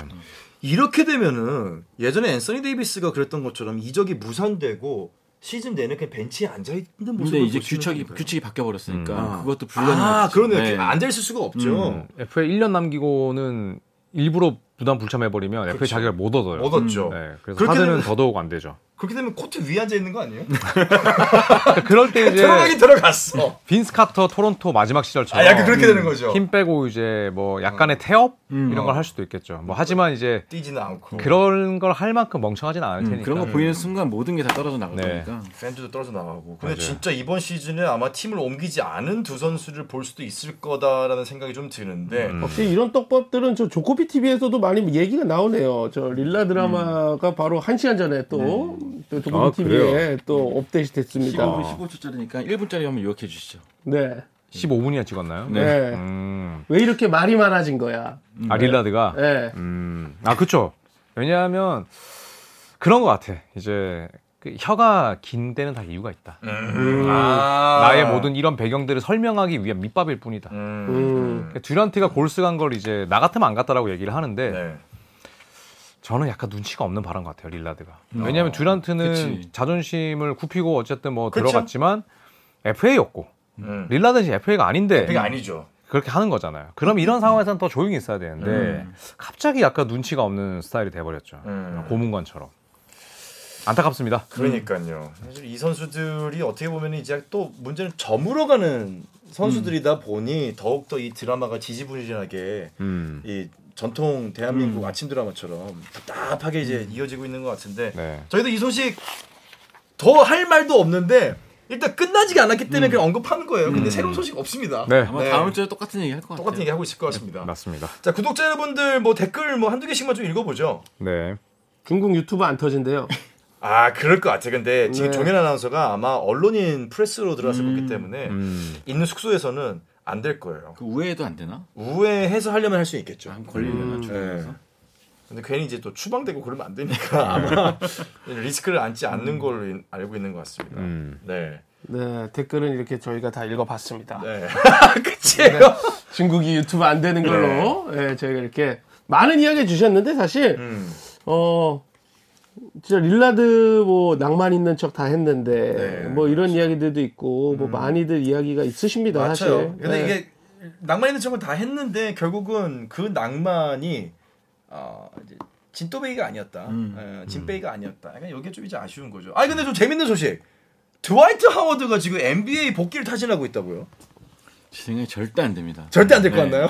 [SPEAKER 2] 이렇게 되면은 예전에 앤서니 데이비스가 그랬던 것처럼 이적이 무산되고 시즌 내내 그냥 벤치에 앉아 있는 모습을
[SPEAKER 4] 근데 이제
[SPEAKER 2] 보시는
[SPEAKER 4] 규칙이
[SPEAKER 2] 건가요?
[SPEAKER 4] 규칙이 바뀌어 버렸으니까
[SPEAKER 2] 아.
[SPEAKER 4] 그것도 불가능하죠.
[SPEAKER 2] 아 그러네요.
[SPEAKER 4] 네. 음.
[SPEAKER 2] 앉아 있을 수가 없죠.
[SPEAKER 5] FA 음. 1년 남기고는 일부러 부담 불참해버리면 FA 자격을 못 얻어요.
[SPEAKER 2] 그렇죠. 얻었죠.
[SPEAKER 5] 네, 그래서
[SPEAKER 2] 그렇게
[SPEAKER 5] 하드는
[SPEAKER 2] 되면-
[SPEAKER 5] 더더욱 안 되죠.
[SPEAKER 2] 그렇게 되면 코트 위에 앉아 있는 거 아니에요?
[SPEAKER 5] 네. 그러니까 그럴 때 이제
[SPEAKER 2] 들어가긴 들어갔어.
[SPEAKER 5] 빈스 카터 토론토 마지막
[SPEAKER 2] 아,
[SPEAKER 5] 시절처럼
[SPEAKER 2] 약간 그렇게 되는 거죠.
[SPEAKER 5] 음,
[SPEAKER 2] 어.
[SPEAKER 5] 힘 빼고 이제 뭐 약간의 태업
[SPEAKER 4] 음.
[SPEAKER 5] 이런 걸 할 수도 있겠죠. 뭐 하지만 이제
[SPEAKER 2] 뛰지는 않고.
[SPEAKER 5] 그런 걸 할 만큼 멍청하진 않을 테니까.
[SPEAKER 4] 음, 그런 거 보이는 순간 모든 게 다 떨어져 그러니까.
[SPEAKER 5] 네.
[SPEAKER 4] 나가니까.
[SPEAKER 2] 팬들도 떨어져 나가고. 근데 진짜 이번 시즌에 아마 팀을 옮기지 않은 두 선수를 볼 수도 있을 거다라는 생각이 좀 드는데.
[SPEAKER 5] 음.
[SPEAKER 1] 역시 이런 떡밥들은 저 조코피 TV에서도 많이 얘기가 나오네요. 저 릴라 드라마가 바로 한 시간 전에 또, 또 조코피
[SPEAKER 5] 아,
[SPEAKER 1] TV에 또 업데이트 됐습니다.
[SPEAKER 4] 15분 15초짜리니까 1분짜리 한번 요약해 주시죠.
[SPEAKER 1] 네.
[SPEAKER 5] 음. 15분이나 찍었나요?
[SPEAKER 1] 네.
[SPEAKER 5] 음.
[SPEAKER 1] 왜 이렇게 말이 많아진 거야?
[SPEAKER 4] 음.
[SPEAKER 5] 아 릴라드가.
[SPEAKER 1] 네.
[SPEAKER 5] 음. 아 그쵸. 왜냐하면 그런 것 같아. 이제 그 혀가 긴 데는 다 이유가 있다.
[SPEAKER 2] 음. 아.
[SPEAKER 5] 음. 나의 모든 이런 배경들을 설명하기 위한 밑밥일 뿐이다.
[SPEAKER 2] 음.
[SPEAKER 1] 음.
[SPEAKER 5] 그러니까 듀란트가 골스 간 걸 이제 나 같으면 안 갔다라고 얘기를 하는데
[SPEAKER 2] 네.
[SPEAKER 5] 저는 약간 눈치가 없는 바람 같아요 릴라드가.
[SPEAKER 2] 음.
[SPEAKER 5] 왜냐하면 듀란트는
[SPEAKER 4] 그치.
[SPEAKER 5] 자존심을 굽히고 어쨌든 뭐
[SPEAKER 2] 그쵸?
[SPEAKER 5] 들어갔지만 FA였고
[SPEAKER 2] 음.
[SPEAKER 5] 릴라드는 이제 FA가 아닌데
[SPEAKER 2] 그게 아니죠. 음.
[SPEAKER 5] 그렇게 하는 거잖아요. 그럼 이런 상황에서는 더 조용히 있어야 되는데 갑자기 약간 눈치가 없는 스타일이 돼버렸죠.
[SPEAKER 2] 음.
[SPEAKER 5] 고문관처럼.
[SPEAKER 8] 안타깝습니다.
[SPEAKER 2] 그러니까요.
[SPEAKER 5] 음.
[SPEAKER 2] 사실 이 선수들이 어떻게 보면 이제 또 문제는 저물어가는 선수들이다
[SPEAKER 5] 음.
[SPEAKER 2] 보니 더욱 더 이 드라마가 지지부진하게
[SPEAKER 8] 음.
[SPEAKER 2] 이 전통 대한민국 아침 드라마처럼 답답하게 이제 이어지고 있는 것 같은데
[SPEAKER 8] 네.
[SPEAKER 2] 저희도 이 소식 더 할 말도 없는데 일단 끝나지가 않았기 때문에 그냥 언급하는 거예요. 근데 새로운 소식 없습니다.
[SPEAKER 8] 네.
[SPEAKER 4] 아마
[SPEAKER 2] 음. 네.
[SPEAKER 4] 다음 주에 똑같은 얘기 할 것 같아요.
[SPEAKER 2] 똑같은 얘기 하고 있을 것 같습니다.
[SPEAKER 8] 맞습니다.
[SPEAKER 2] 자 구독자 여러분들 뭐 댓글 뭐 한두 개씩만 좀 읽어보죠.
[SPEAKER 8] 네.
[SPEAKER 1] 중국 유튜브 안 터진대요.
[SPEAKER 2] 아 그럴 것 같아. 근데 지금
[SPEAKER 1] 네.
[SPEAKER 2] 종현 아나운서가 아마 언론인 프레스로 들어왔을 거기 때문에
[SPEAKER 8] 음.
[SPEAKER 2] 있는 숙소에서는 안 될 거예요.
[SPEAKER 4] 그 우회도 안 되나? 음.
[SPEAKER 2] 우회해서 하려면 할 수 있겠죠.
[SPEAKER 4] 안 걸리려나 중국에서?
[SPEAKER 2] 네. 근데 괜히 이제 또 추방되고 그러면 안 되니까 아마 리스크를 안지 않는 걸로 인- 알고 있는 것 같습니다.
[SPEAKER 8] 음.
[SPEAKER 2] 네.
[SPEAKER 1] 네, 댓글은 이렇게 저희가 다 읽어봤습니다.
[SPEAKER 2] 네. 끝이에요.
[SPEAKER 1] 중국이 유튜브 안 되는 걸로
[SPEAKER 2] 네.
[SPEAKER 1] 예, 저희가 이렇게 많은 이야기 해주셨는데 사실
[SPEAKER 2] 음.
[SPEAKER 1] 어 진짜 릴라드 뭐 낭만 있는 척 다 했는데
[SPEAKER 2] 네, 음.
[SPEAKER 1] 뭐 이런 이야기들도 있고 뭐 많이들 이야기가 있으십니다
[SPEAKER 2] 맞아요.
[SPEAKER 1] 사실.
[SPEAKER 2] 근데
[SPEAKER 1] 예.
[SPEAKER 2] 이게 낭만 있는 척은 다 했는데 결국은 그 낭만이 어, 이제 진또베이가 아니었다. 어, 진베이가 아니었다. 약간 여기 좀 이제 아쉬운 거죠. 아니 근데 좀 재밌는 소식. 드와이트 하워드가 지금 NBA 복귀를 타진하고 있다고요?
[SPEAKER 4] 제 생각에 절대 안 됩니다.
[SPEAKER 2] 절대 안 될 것
[SPEAKER 4] 네.
[SPEAKER 2] 같나요?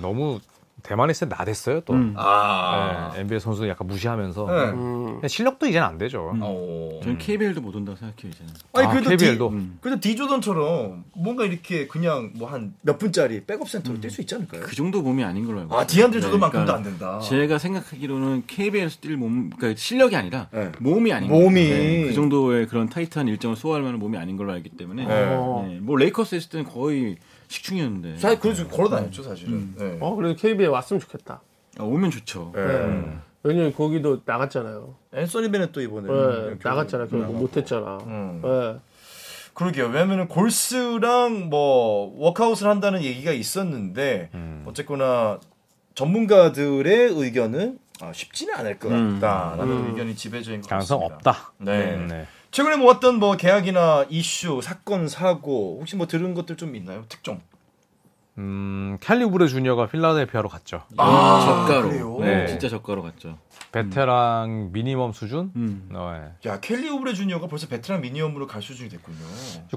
[SPEAKER 5] 너무 대만에 있을 때 나댔어요 또.
[SPEAKER 2] 음.
[SPEAKER 4] 음.
[SPEAKER 2] 아.
[SPEAKER 5] 네, NBA 선수 약간 무시하면서
[SPEAKER 2] 네.
[SPEAKER 1] 음,
[SPEAKER 5] 그냥 실력도 이제는 안 되죠.
[SPEAKER 2] 어.
[SPEAKER 4] 저는 KBL도 못 온다고 생각해요 이제는.
[SPEAKER 2] 아니
[SPEAKER 5] 아,
[SPEAKER 2] 그래도
[SPEAKER 5] KBL도?
[SPEAKER 2] 디, 그래도 디조던처럼 뭔가 이렇게 그냥 뭐 한 몇 분짜리 백업 센터로 뛸 수 있지 않을까요?
[SPEAKER 4] 그 정도 몸이 아닌 걸로 알고.
[SPEAKER 2] 아
[SPEAKER 4] 있어요.
[SPEAKER 2] 디안드레 조던만큼도
[SPEAKER 4] 그러니까
[SPEAKER 2] 안 된다.
[SPEAKER 4] 제가 생각하기로는 KBL에서 뛸 몸, 그러니까 실력이 아니라
[SPEAKER 2] 네.
[SPEAKER 4] 몸이 아닌
[SPEAKER 2] 몸이.
[SPEAKER 4] 거예요. 네, 그 정도의 그런 타이트한 일정을 소화할 만한 몸이 아닌 걸로 알기 때문에
[SPEAKER 2] 네.
[SPEAKER 1] 어.
[SPEAKER 4] 네, 뭐 레이커스 했을 때는 거의 식충이었는데
[SPEAKER 2] 사실 그래서 걸어 다녔죠 사실은. 네.
[SPEAKER 1] 어 그래도 KB에 왔으면 좋겠다.
[SPEAKER 4] 아, 오면 좋죠.
[SPEAKER 2] 네.
[SPEAKER 1] 왜냐면 거기도 나갔잖아요.
[SPEAKER 2] 앤서니 베넷 또 이번에
[SPEAKER 1] 예,
[SPEAKER 2] 결국
[SPEAKER 1] 나갔잖아. 결국
[SPEAKER 2] 나갔고.
[SPEAKER 1] 못했잖아.
[SPEAKER 2] 그렇죠. 음.
[SPEAKER 1] 예.
[SPEAKER 2] 그러게요. 왜냐면은 골스랑 뭐 워크아웃을 한다는 얘기가 있었는데
[SPEAKER 5] 음.
[SPEAKER 2] 어쨌거나 전문가들의 의견은 아, 쉽지는 않을 것 같다라는 의견이 지배적인 것
[SPEAKER 5] 가능성
[SPEAKER 2] 같습니다.
[SPEAKER 5] 없다.
[SPEAKER 2] 네.
[SPEAKER 5] 네.
[SPEAKER 2] 최근에 모았던 뭐 계약이나 이슈, 사건, 사고 혹시 뭐 들은 것들 좀 있나요? 특종.
[SPEAKER 5] 음, 캘리 우브레 주니어가 필라델피아로 갔죠.
[SPEAKER 4] 아, 저가로.
[SPEAKER 2] 그래요?
[SPEAKER 4] 네,
[SPEAKER 5] 네.
[SPEAKER 4] 진짜 저가로 갔죠.
[SPEAKER 5] 베테랑 미니멈 수준.
[SPEAKER 4] 음.
[SPEAKER 5] 네.
[SPEAKER 2] 야 켈리 오브레 주니어가 벌써 베테랑 미니엄으로 갈 수준이 됐군요.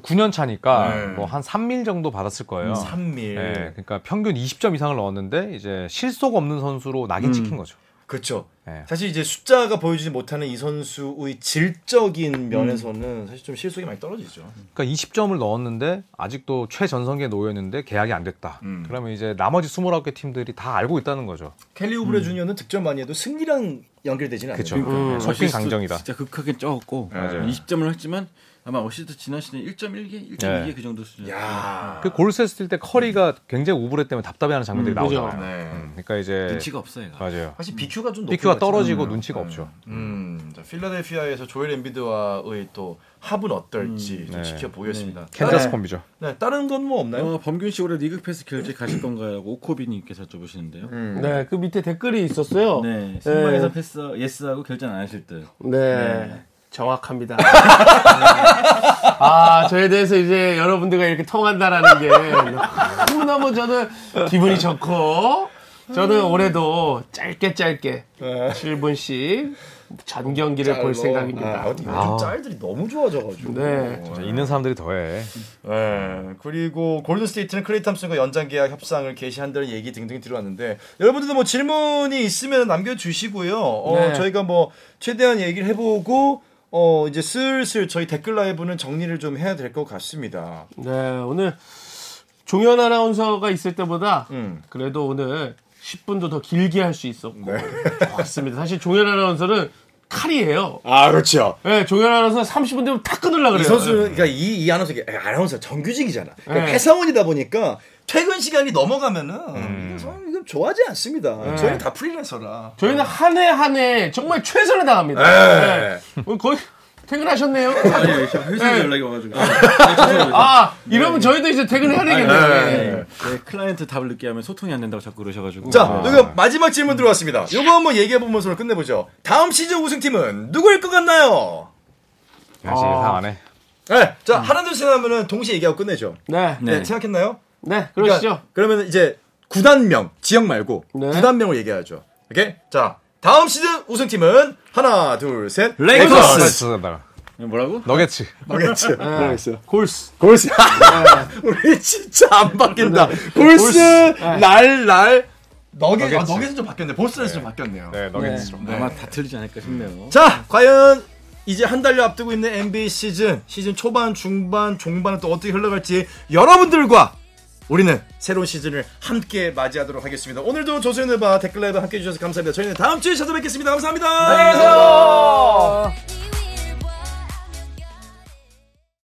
[SPEAKER 5] 9년 차니까
[SPEAKER 2] 네. 음,
[SPEAKER 5] 뭐 한 3밀 정도 받았을 거예요.
[SPEAKER 2] 3밀.
[SPEAKER 5] 네, 그러니까 평균 20점 이상을 넣었는데 이제 실속 없는 선수로 낙인 찍힌 거죠.
[SPEAKER 2] 그렇죠.
[SPEAKER 5] 네.
[SPEAKER 2] 사실 이제 숫자가 보여주지 못하는 이 선수의
[SPEAKER 5] 음.
[SPEAKER 2] 질적인 면에서는 사실 좀 실속이 많이 떨어지죠.
[SPEAKER 5] 그러니까 20점을 넣었는데 아직도 최전성기에 놓여 있는데 계약이 안 됐다.
[SPEAKER 2] 음.
[SPEAKER 5] 그러면 이제 나머지 29개 팀들이 다 알고 있다는 거죠.
[SPEAKER 2] 켈리 오브레 주니어는 득점 많이 해도 승리랑 연결되지는 않아요.
[SPEAKER 5] 음. 그렇죠.
[SPEAKER 1] 음.
[SPEAKER 5] 속빈
[SPEAKER 4] 네, 어시스트
[SPEAKER 5] 강정이다. 네.
[SPEAKER 4] 진짜 극하게 적었고
[SPEAKER 2] 맞아요.
[SPEAKER 4] 20점을 했지만 아마 어시스트 지난 시즌 1.1개, 1.2개
[SPEAKER 5] 네.
[SPEAKER 4] 그 정도 수준.
[SPEAKER 2] 야.
[SPEAKER 5] 그 골스 했을 때 커리가 굉장히 우브레 때문에 답답해하는 장면들이
[SPEAKER 1] 음, 그죠.
[SPEAKER 5] 나오잖아요.
[SPEAKER 2] 네.
[SPEAKER 5] 음, 그러니까 이제
[SPEAKER 4] 눈치가 없어 얘가.
[SPEAKER 5] 맞아요.
[SPEAKER 2] 사실 BQ가 좀 높은
[SPEAKER 5] BQ가
[SPEAKER 2] 것 같잖아요.
[SPEAKER 5] 떨어지고 눈치가 없죠.
[SPEAKER 2] 음, 자, 필라델피아에서 조엘 엠비드와의 또 합은 어떨지 좀
[SPEAKER 5] 네.
[SPEAKER 2] 지켜보겠습니다.
[SPEAKER 5] 캔자스
[SPEAKER 2] 네.
[SPEAKER 5] 콤비죠.
[SPEAKER 2] 네, 다른 건 뭐 없나요?
[SPEAKER 1] 음.
[SPEAKER 4] 어, 범균 씨 올해 리그 패스 결제 가실 건가요라고 오코비님께서 여쭤보시는데요.
[SPEAKER 1] 네, 그 밑에 댓글이 있었어요. 네,
[SPEAKER 4] 네, 승방에서 패스 예스하고 결제 안 하실 듯.
[SPEAKER 1] 정확합니다. 아, 저에 대해서 이제 여러분들과 이렇게 통한다라는 게 너무너무 저는 기분이 좋고, 저는 올해도 짧게 짧게 7분씩 전 경기를 네, 볼 생각입니다.
[SPEAKER 2] 아, 요즘 짤들이 너무 좋아져가지고.
[SPEAKER 1] 네.
[SPEAKER 5] 진짜 있는 사람들이
[SPEAKER 2] 아.
[SPEAKER 5] 더해.
[SPEAKER 2] 네. 그리고 골든 스테이트는 크레이 탐슨과 연장 계약 협상을 개시한다는 얘기 등등이 들어왔는데 여러분들도 뭐 질문이 있으면 남겨주시고요. 어,
[SPEAKER 1] 네.
[SPEAKER 2] 저희가 뭐 최대한 얘기를 해보고 어 이제 슬슬 저희 댓글 라이브는 정리를 좀 해야 될 것 같습니다.
[SPEAKER 1] 네, 오늘 종현 아나운서가 있을 때보다
[SPEAKER 2] 음.
[SPEAKER 1] 그래도 오늘 10분도 더 길게 할 수 있었고 좋았습니다. 사실 종현 아나운서는 칼이에요.
[SPEAKER 2] 아 그렇죠.
[SPEAKER 1] 네, 종현 아나운서 30분 되면 탁 끊으려 그래요.
[SPEAKER 2] 이 선수, 그러니까 이, 이 아나운서, 아나운서 정규직이잖아. 그러니까
[SPEAKER 1] 네.
[SPEAKER 2] 회사원이다 보니까 퇴근 시간이 넘어가면은 이거 성- 이거 좋아하지 않습니다. 저희는 다 프리랜서라.
[SPEAKER 1] 저희는 한 해 한 해 정말 최선을 다합니다. 네. 어, 거의 퇴근하셨네요.
[SPEAKER 4] 아니, 회사
[SPEAKER 1] 네.
[SPEAKER 4] 연락이 와가지고. 아,
[SPEAKER 1] 아, 이러면 저희도 이제 퇴근해야 되겠네요.
[SPEAKER 4] 네. 네, 클라이언트 답을 늦게 하면 소통이 안 된다고 자꾸 그러셔가지고.
[SPEAKER 2] 자,
[SPEAKER 4] 아.
[SPEAKER 2] 여기 마지막 질문 들어왔습니다. 요거 한번 얘기해보면서 오늘 끝내보죠. 다음 시즌 우승팀은 누구일 것 같나요?
[SPEAKER 5] 다시
[SPEAKER 1] 아.
[SPEAKER 5] 예상 안 해.
[SPEAKER 2] 네, 자, 하나, 둘, 셋 하면은 동시에 얘기하고 끝내죠.
[SPEAKER 1] 네,
[SPEAKER 2] 네,
[SPEAKER 4] 네.
[SPEAKER 2] 생각했나요?
[SPEAKER 1] 네,
[SPEAKER 2] 그러니까
[SPEAKER 1] 그러시죠.
[SPEAKER 2] 그러면 이제 구단명, 지역 말고
[SPEAKER 1] 네.
[SPEAKER 2] 구단명을 얘기하죠. 오케이? 자, 다음 시즌 우승팀은 하나, 둘, 셋.
[SPEAKER 5] 레이커스.
[SPEAKER 4] 네. 뭐라고?
[SPEAKER 5] 너겟츠.
[SPEAKER 2] 알겠지?
[SPEAKER 1] 네. 골스.
[SPEAKER 2] 골스. 우리 진짜 안 바뀐다. 골스, 날, 날. 너겟, 너겟. 아, 너겟은 좀 바뀌었네. 볼스에서 좀 바뀌었네요.
[SPEAKER 5] 네, 너겟츠로.
[SPEAKER 4] 아마 다 틀리지 않을까 싶네요.
[SPEAKER 2] 자, 과연 이제 한 달여 앞두고 있는 NBA 시즌, 시즌 초반, 중반, 종반은 또 어떻게 흘러갈지 여러분들과 우리는 새로운 시즌을 함께 맞이하도록 하겠습니다. 오늘도 조선의 바 댓글 라이브 함께 해주셔서 네, 감사합니다. 저희는 다음 주에 찾아뵙겠습니다. 감사합니다. 안녕히 계세요.